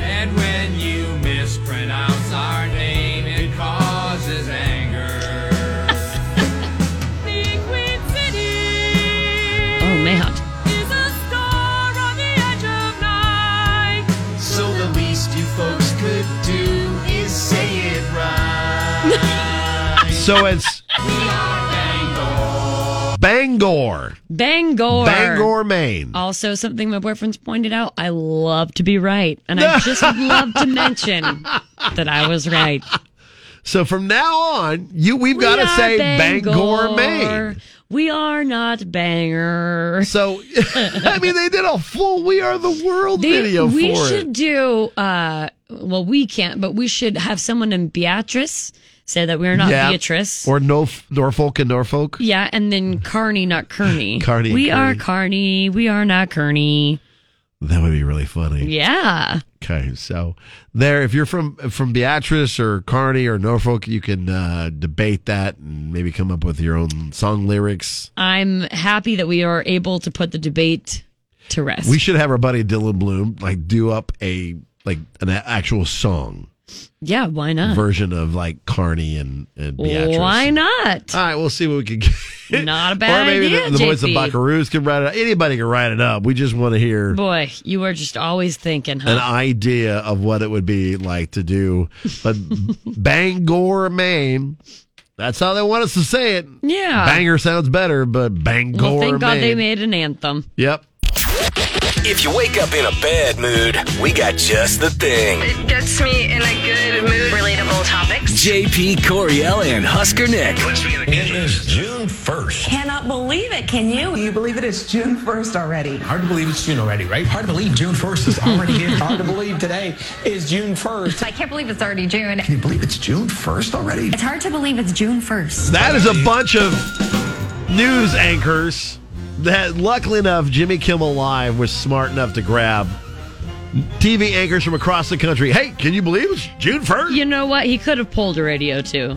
[SPEAKER 12] and when you mispronounce our name, it causes anger. the Queen City
[SPEAKER 4] Oh man.
[SPEAKER 12] is a star on the edge of night. So the least you folks could do is say it right.
[SPEAKER 11] So it's
[SPEAKER 12] we are bangers.
[SPEAKER 11] Bangor.
[SPEAKER 4] Bangor.
[SPEAKER 11] Bangor, Maine.
[SPEAKER 4] Also, something my boyfriend's pointed out I love to be right. And I just would love to mention that I was right.
[SPEAKER 11] So from now on, you we've
[SPEAKER 4] We
[SPEAKER 11] got to
[SPEAKER 4] are
[SPEAKER 11] say Bangor, Maine.
[SPEAKER 4] We are not banger.
[SPEAKER 11] So, I mean, they did a full "We Are the World" video
[SPEAKER 4] We
[SPEAKER 11] for
[SPEAKER 4] should
[SPEAKER 11] it.
[SPEAKER 4] do. Uh, well, we can't, but we should have someone in Beatrice say that we are not
[SPEAKER 11] Yeah.
[SPEAKER 4] Beatrice.
[SPEAKER 11] or Norf- Norfolk and Norfolk.
[SPEAKER 4] yeah, and then Carney, not Kearney.
[SPEAKER 11] Carney and
[SPEAKER 4] We are Carney. We are not Kearney.
[SPEAKER 11] That would be really funny.
[SPEAKER 4] Yeah.
[SPEAKER 11] Okay, so there, if you're from from Beatrice or Kearney or Norfolk, you can uh, debate that and maybe come up with your own song lyrics.
[SPEAKER 4] I'm happy that we are able to put the debate to rest.
[SPEAKER 11] We should have our buddy Dylan Bloom like do up a like an a- actual song
[SPEAKER 4] yeah, why not?
[SPEAKER 11] version of like Carney and, and Beatrice.
[SPEAKER 4] Why not?
[SPEAKER 11] All right, we'll see what we can get.
[SPEAKER 4] Not a bad
[SPEAKER 11] or maybe
[SPEAKER 4] idea,
[SPEAKER 11] the, the boys of
[SPEAKER 4] JP.
[SPEAKER 11] Buckaroos can write it. up. Anybody can write it up. We just want to hear
[SPEAKER 4] Boy, you are just always thinking,
[SPEAKER 11] an
[SPEAKER 4] huh?
[SPEAKER 11] idea of what it would be like to do. But Bangor, Maine. That's how they want us to say it.
[SPEAKER 4] Yeah.
[SPEAKER 11] Banger sounds better, but Bangor,
[SPEAKER 4] well, thank God
[SPEAKER 11] Maine.
[SPEAKER 4] they made an anthem.
[SPEAKER 11] Yep.
[SPEAKER 3] If you wake up in a bad mood, we got just the thing.
[SPEAKER 5] It gets me in a good mood. Relatable topics.
[SPEAKER 3] JP Coriel and Husker Nick.
[SPEAKER 6] It is June 1st.
[SPEAKER 22] Cannot believe it, can you? You believe it? It's June 1st already.
[SPEAKER 6] Hard to believe it's June already, right? Hard to believe June 1st is already here. Hard to believe today is June 1st.
[SPEAKER 22] I can't believe it's already June.
[SPEAKER 6] Can you believe it's June 1st already?
[SPEAKER 22] It's hard to believe it's June 1st.
[SPEAKER 11] That is a bunch of news anchors that, luckily enough, Jimmy Kimmel Live was smart enough to grab TV anchors from across the country. Hey, can you believe it's June 1st?
[SPEAKER 4] You know what? He could have pulled a radio too.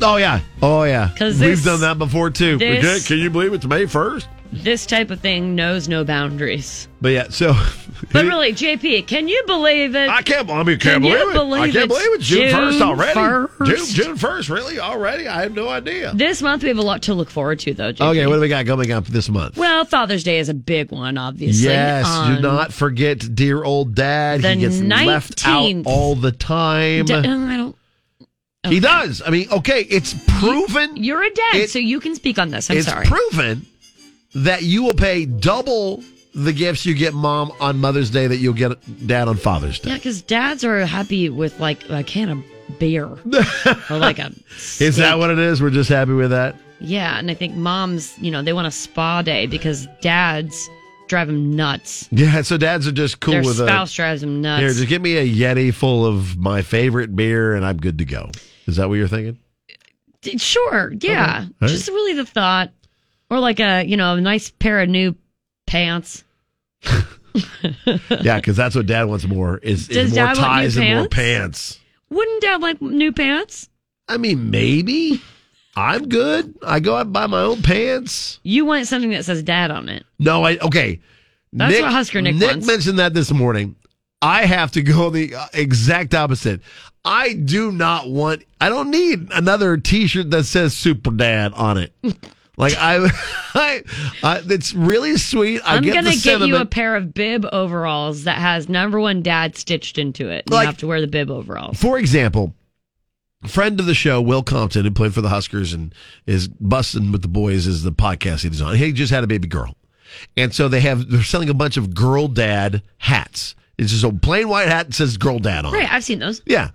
[SPEAKER 11] Oh, yeah. Oh, yeah.
[SPEAKER 4] 'Cause
[SPEAKER 11] We've
[SPEAKER 4] this-
[SPEAKER 11] done that before, too.
[SPEAKER 4] this-
[SPEAKER 11] Okay, can you believe it's May 1st?
[SPEAKER 4] This type of thing knows no boundaries.
[SPEAKER 11] But, yeah, so.
[SPEAKER 4] But really, JP, can you believe it?
[SPEAKER 11] I can't. I mean,
[SPEAKER 4] Can
[SPEAKER 11] can't
[SPEAKER 4] you
[SPEAKER 11] believe it. I
[SPEAKER 4] believe
[SPEAKER 11] can't
[SPEAKER 4] it's
[SPEAKER 11] believe it's June first
[SPEAKER 4] June
[SPEAKER 11] already.
[SPEAKER 4] 1st?
[SPEAKER 11] June June first, really already? I have no idea.
[SPEAKER 4] This month we have a lot to look forward to, though. JP.
[SPEAKER 11] Okay, what do we got coming up this month?
[SPEAKER 4] Well, Father's Day is a big one, obviously. Um,
[SPEAKER 11] Yes, do
[SPEAKER 4] on-
[SPEAKER 11] not forget dear old dad.
[SPEAKER 4] The
[SPEAKER 11] he gets left out
[SPEAKER 4] 19th.
[SPEAKER 11] all the time.
[SPEAKER 4] D- uh, I don't.
[SPEAKER 11] He does. I mean, okay, it's proven.
[SPEAKER 4] You're a dad,
[SPEAKER 11] It-
[SPEAKER 4] so you can speak on this. I'm
[SPEAKER 11] it's
[SPEAKER 4] sorry.
[SPEAKER 11] proven that you will pay double the gifts you get mom on Mother's Day that you'll get dad on Father's Day.
[SPEAKER 4] yeah, because dads are happy with like a can of beer or like a
[SPEAKER 11] Is that what it is? We're just happy with that.
[SPEAKER 4] yeah, and I think moms, you know, they want a spa day because dads drive them nuts.
[SPEAKER 11] Yeah, so dads are just cool
[SPEAKER 4] Their
[SPEAKER 11] with a
[SPEAKER 4] spouse drives them nuts.
[SPEAKER 11] Here, just give me a Yeti full of my favorite beer, and I'm good to go. Is that what you're thinking?
[SPEAKER 4] D- Sure, yeah.
[SPEAKER 11] All right.
[SPEAKER 4] Just really the thought, or like a you know a nice pair of new pants.
[SPEAKER 11] yeah, because that's what Dad wants more is,
[SPEAKER 4] Does
[SPEAKER 11] is
[SPEAKER 4] Dad
[SPEAKER 11] more
[SPEAKER 4] want new
[SPEAKER 11] ties and more pants.
[SPEAKER 4] Wouldn't dad like new pants?
[SPEAKER 11] I mean, maybe I'm good. I go out and buy my own pants.
[SPEAKER 4] You want something that says dad on it.
[SPEAKER 11] No, I okay.
[SPEAKER 4] That's what Husker Nick wants.
[SPEAKER 11] mentioned that this morning. I have to go the uh, exact opposite. I do not want. I don't need another T-shirt that says Super Dad on it. like I, I, I, it's really sweet. I
[SPEAKER 4] I'm
[SPEAKER 11] get
[SPEAKER 4] gonna
[SPEAKER 11] the
[SPEAKER 4] get you a
[SPEAKER 11] sentiment.
[SPEAKER 4] pair of bib overalls that has number one dad stitched into it. You
[SPEAKER 11] Like-
[SPEAKER 4] have to wear the bib overalls.
[SPEAKER 11] For example, friend of the show, Will Compton, who played for the Huskers and is busting with the boys is the podcast he was on. He just had a baby girl. And so they have they're selling a bunch of girl dad hats. It's just a plain white hat that says girl dad on it.
[SPEAKER 4] Right, I've seen those.
[SPEAKER 11] Yeah.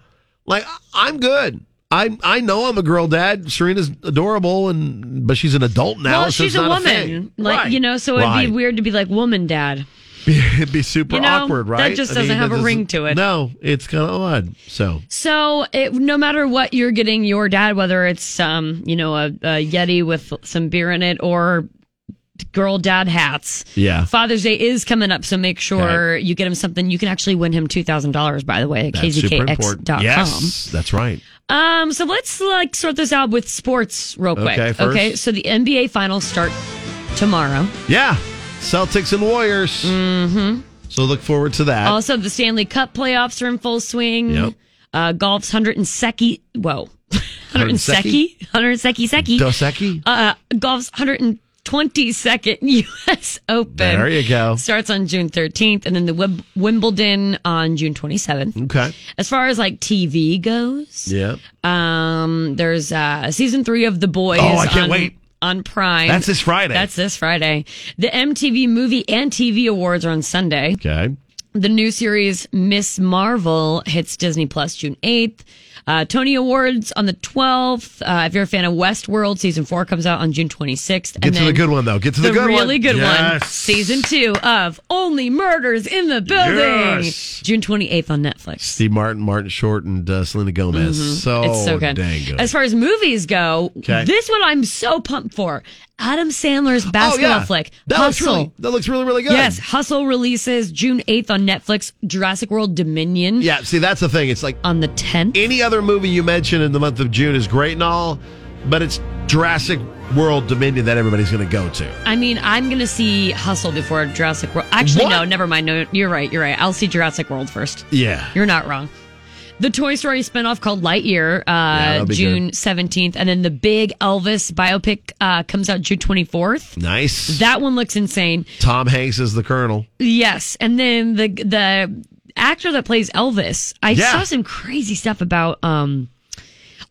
[SPEAKER 11] Like I- I'm good. I I know I'm a girl dad. Serena's adorable and but she's an adult now.
[SPEAKER 4] well,
[SPEAKER 11] Oh, so it's
[SPEAKER 4] Oh, she's a
[SPEAKER 11] not
[SPEAKER 4] woman,
[SPEAKER 11] thing.
[SPEAKER 4] like
[SPEAKER 11] Right.
[SPEAKER 4] you know, so it'd
[SPEAKER 11] Right.
[SPEAKER 4] be weird to be like woman dad.
[SPEAKER 11] it'd be super
[SPEAKER 4] you know,
[SPEAKER 11] awkward,
[SPEAKER 4] that
[SPEAKER 11] right?
[SPEAKER 4] just doesn't have
[SPEAKER 11] that
[SPEAKER 4] a ring to it.
[SPEAKER 11] No, it's kind of odd. So
[SPEAKER 4] So, it, no matter what you're getting your dad, whether it's um, you know, a, a Yeti with some beer in it or girl dad hats.
[SPEAKER 11] Yeah.
[SPEAKER 4] Father's Day is coming up, so make sure you get him something. You can actually win him two thousand dollars, by the way, at
[SPEAKER 11] That's super important.
[SPEAKER 4] kzkx.com.
[SPEAKER 11] Yes, that's right.
[SPEAKER 4] Um, so let's like sort this out with sports real quick.
[SPEAKER 11] Okay, first.
[SPEAKER 4] Okay, so the NBA finals start tomorrow.
[SPEAKER 11] Yeah, Celtics and Warriors. Mm-hmm. So look forward to that.
[SPEAKER 4] also, the Stanley Cup playoffs are in full swing.
[SPEAKER 11] Yep.
[SPEAKER 4] Uh, golf's hundred and secchi. Whoa, hundred and secchi, hundred and secchi secchi.
[SPEAKER 11] Doseki.
[SPEAKER 4] Uh, golf's hundred and twenty second U.S. Open.
[SPEAKER 11] There you go.
[SPEAKER 4] Starts on June thirteenth, and then the Wib- Wimbledon on June twenty seventh.
[SPEAKER 11] Okay.
[SPEAKER 4] As far as like TV goes,
[SPEAKER 11] Yeah.
[SPEAKER 4] Um, there's uh, season three of The Boys.
[SPEAKER 11] Oh, I can't
[SPEAKER 4] on,
[SPEAKER 11] wait.
[SPEAKER 4] on Prime.
[SPEAKER 11] That's this Friday.
[SPEAKER 4] That's this Friday. The MTV Movie and TV Awards are on Sunday.
[SPEAKER 11] Okay.
[SPEAKER 4] The new series Miss Marvel hits Disney Plus June 8th. Uh, Tony Awards on the 12th. Uh, if you're a fan of Westworld, season four comes out on June 26th.
[SPEAKER 11] Get to the good one, though. Get to the, good one.
[SPEAKER 4] really good one.
[SPEAKER 11] Yes.
[SPEAKER 4] Season two of Only Murders in the Building.
[SPEAKER 11] Yes.
[SPEAKER 4] June 28th on Netflix.
[SPEAKER 11] Steve Martin, Martin Short, and uh, Selena Gomez.
[SPEAKER 4] Mhm.
[SPEAKER 11] So,
[SPEAKER 4] it's so good.
[SPEAKER 11] dang good.
[SPEAKER 4] As far as movies go,
[SPEAKER 11] Okay. Oh,
[SPEAKER 4] this one I'm so pumped for. Adam Sandler's basketball
[SPEAKER 11] yeah.
[SPEAKER 4] flick.
[SPEAKER 11] That looks
[SPEAKER 4] Hustle.
[SPEAKER 11] really- that looks really, really good.
[SPEAKER 4] Yes, Hustle releases June 8th on Netflix. Jurassic World Dominion.
[SPEAKER 11] Yeah, see, that's the thing. It's like
[SPEAKER 4] on the 10th.
[SPEAKER 11] Any other movie you mention in the month of June is great and all, but it's Jurassic World Dominion that everybody's going to go to.
[SPEAKER 4] I mean, I'm gonna see Hustle before Jurassic World. Actually,
[SPEAKER 11] What?
[SPEAKER 4] no, never mind. No, you're right. You're right. I'll see Jurassic World first.
[SPEAKER 11] Yeah.
[SPEAKER 4] You're not wrong. The Toy Story spinoff called Lightyear, uh,
[SPEAKER 11] that'll be
[SPEAKER 4] June 17th, and then the big Elvis biopic uh, comes out June 24th.
[SPEAKER 11] Nice.
[SPEAKER 4] That one looks insane.
[SPEAKER 11] Tom Hanks is the Colonel.
[SPEAKER 4] Yes, and then the the actor that plays Elvis, I
[SPEAKER 11] Yeah.
[SPEAKER 4] saw some crazy stuff about um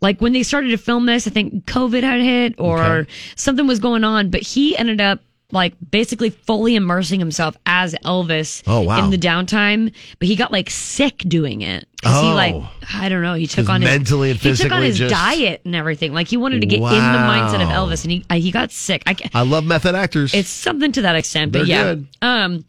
[SPEAKER 4] like when they started to film this, I think COVID had hit or
[SPEAKER 11] Okay.
[SPEAKER 4] something was going on, but he ended up like basically fully immersing himself as Elvis
[SPEAKER 11] Oh, wow.
[SPEAKER 4] in the downtime, but he got like sick doing it. 'Cause he
[SPEAKER 11] Oh.
[SPEAKER 4] like I don't know, he took
[SPEAKER 11] 'Cause
[SPEAKER 4] on
[SPEAKER 11] mentally and
[SPEAKER 4] his, he took on
[SPEAKER 11] physically
[SPEAKER 4] his
[SPEAKER 11] just-
[SPEAKER 4] diet and everything. Like he wanted to get in the mindset of
[SPEAKER 11] Wow.
[SPEAKER 4] Elvis, and he uh, he got sick. I, ca-
[SPEAKER 11] I love method actors.
[SPEAKER 4] it's something to that extent, but
[SPEAKER 11] They're
[SPEAKER 4] yeah.
[SPEAKER 11] good.
[SPEAKER 4] Um,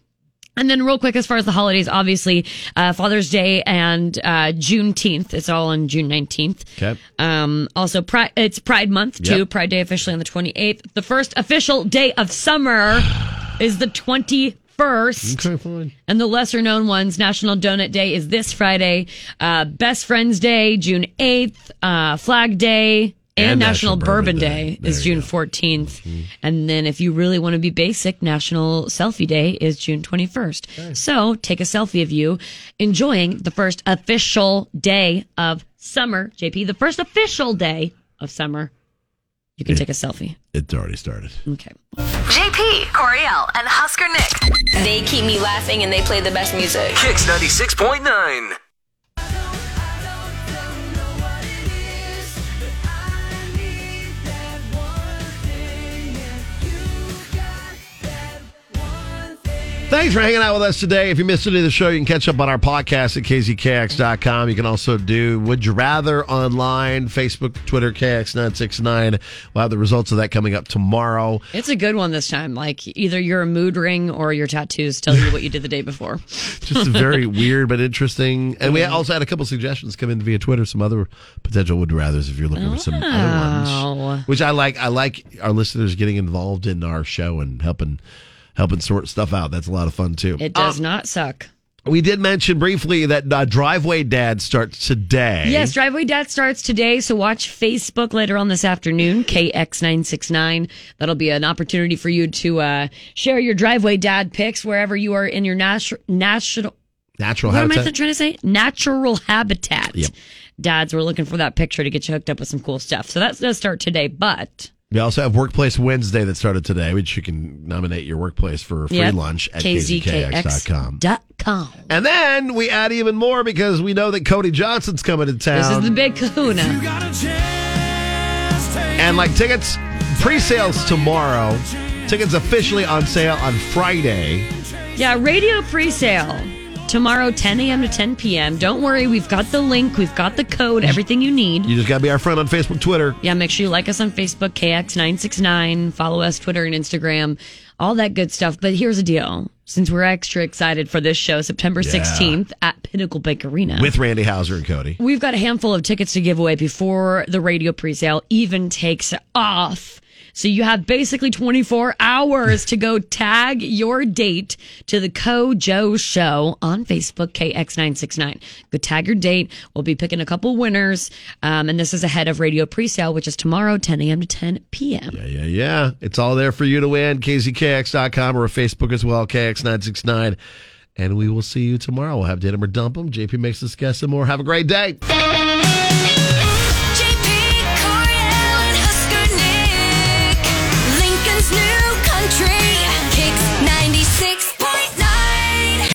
[SPEAKER 4] and then real quick, as far as the holidays, obviously, uh, Father's Day and, uh, Juneteenth. It's all on June 19th.
[SPEAKER 11] Okay.
[SPEAKER 4] Um, also Pride, it's Pride Month too.
[SPEAKER 11] Yep.
[SPEAKER 4] Pride Day officially on the 28th. The first official day of summer is the 21st.
[SPEAKER 11] Okay, fine.
[SPEAKER 4] And the lesser known ones, National Donut Day is this Friday, uh, Best Friends Day, June 8th, uh, Flag Day, and,
[SPEAKER 11] And
[SPEAKER 4] National,
[SPEAKER 11] National
[SPEAKER 4] Bourbon,
[SPEAKER 11] Bourbon
[SPEAKER 4] Day, is June 14th. And then if you really want to be basic, National Selfie Day is June 21st. So take a selfie of you enjoying the first official day of summer, JP, the first official day of summer. You can take a selfie.
[SPEAKER 11] It's already started.
[SPEAKER 4] Okay.
[SPEAKER 5] JP, Coriel, and Husker Nick. They keep me laughing and they play the best music.
[SPEAKER 3] Kicks 96.9.
[SPEAKER 11] Thanks for hanging out with us today. If you missed any of the show, you can catch up on our podcast at kzkx.com. You can also do Would You Rather online, Facebook, Twitter, KX969. We'll have the results of that coming up tomorrow.
[SPEAKER 4] It's a good one this time. Like either your mood ring or your tattoos tell you what you did the day before.
[SPEAKER 11] Just very weird but interesting. And we also had a couple suggestions come in via Twitter, some other potential Would You Rathers if you're looking for some other
[SPEAKER 4] Wow.
[SPEAKER 11] ones. Which I like. I like our listeners getting involved in our show and helping helping sort stuff out. That's a lot of fun too. Um,
[SPEAKER 4] It does not suck.
[SPEAKER 11] We did mention briefly that uh, Driveway Dad starts today.
[SPEAKER 4] Yes, Driveway Dad starts today, so watch Facebook later on this afternoon, KX969. That'll be an opportunity for you to uh, share your Driveway Dad pics wherever you are in your natu- national.
[SPEAKER 11] Natural
[SPEAKER 4] what am I
[SPEAKER 11] habitat.
[SPEAKER 4] trying to say? Natural habitat.
[SPEAKER 11] Yep.
[SPEAKER 4] Dads, we're looking for that picture to get you hooked up with some cool stuff. So that's going to start today, but
[SPEAKER 11] we also have Workplace Wednesday that started today, which you can nominate your workplace for free
[SPEAKER 4] Yep.
[SPEAKER 11] lunch at kzkx.com.
[SPEAKER 4] KZKX.com.
[SPEAKER 11] And then we add even more because we know that Cody Johnson's coming to
[SPEAKER 4] This is
[SPEAKER 11] town.
[SPEAKER 4] the big kahuna.
[SPEAKER 11] and like tickets, pre sales tomorrow. Tickets officially on sale on Friday.
[SPEAKER 4] Yeah, radio pre sale. Tomorrow, 10 a.m. to 10 p.m. Don't worry, we've got the link, we've got the code, everything you need.
[SPEAKER 11] You just got to be our friend on Facebook, Twitter.
[SPEAKER 4] Yeah, make sure you like us on Facebook, KX969. Follow us Twitter and Instagram, all that good stuff. But here's the deal: since we're extra excited for this show, September
[SPEAKER 11] Yeah.
[SPEAKER 4] 16th at Pinnacle Bank Arena,
[SPEAKER 11] With Randy Hauser and Cody.
[SPEAKER 4] we've got a handful of tickets to give away before the radio presale even takes off. So you have basically 24 hours to go tag your date to the Co Joe Show on Facebook KX969. Go tag your date. We'll be picking a couple winners, um, and this is ahead of radio presale, which is tomorrow 10 a.m. to 10 p.m.
[SPEAKER 11] Yeah, yeah, yeah. It's all there for you to win. KZKX.com or Facebook as well, KX969. And we will see you tomorrow. We'll have Date 'Em or Dump 'Em. JP makes us guess some more. Have a great day.
[SPEAKER 5] JP, Coriel, and Husker Nick. Lincoln's new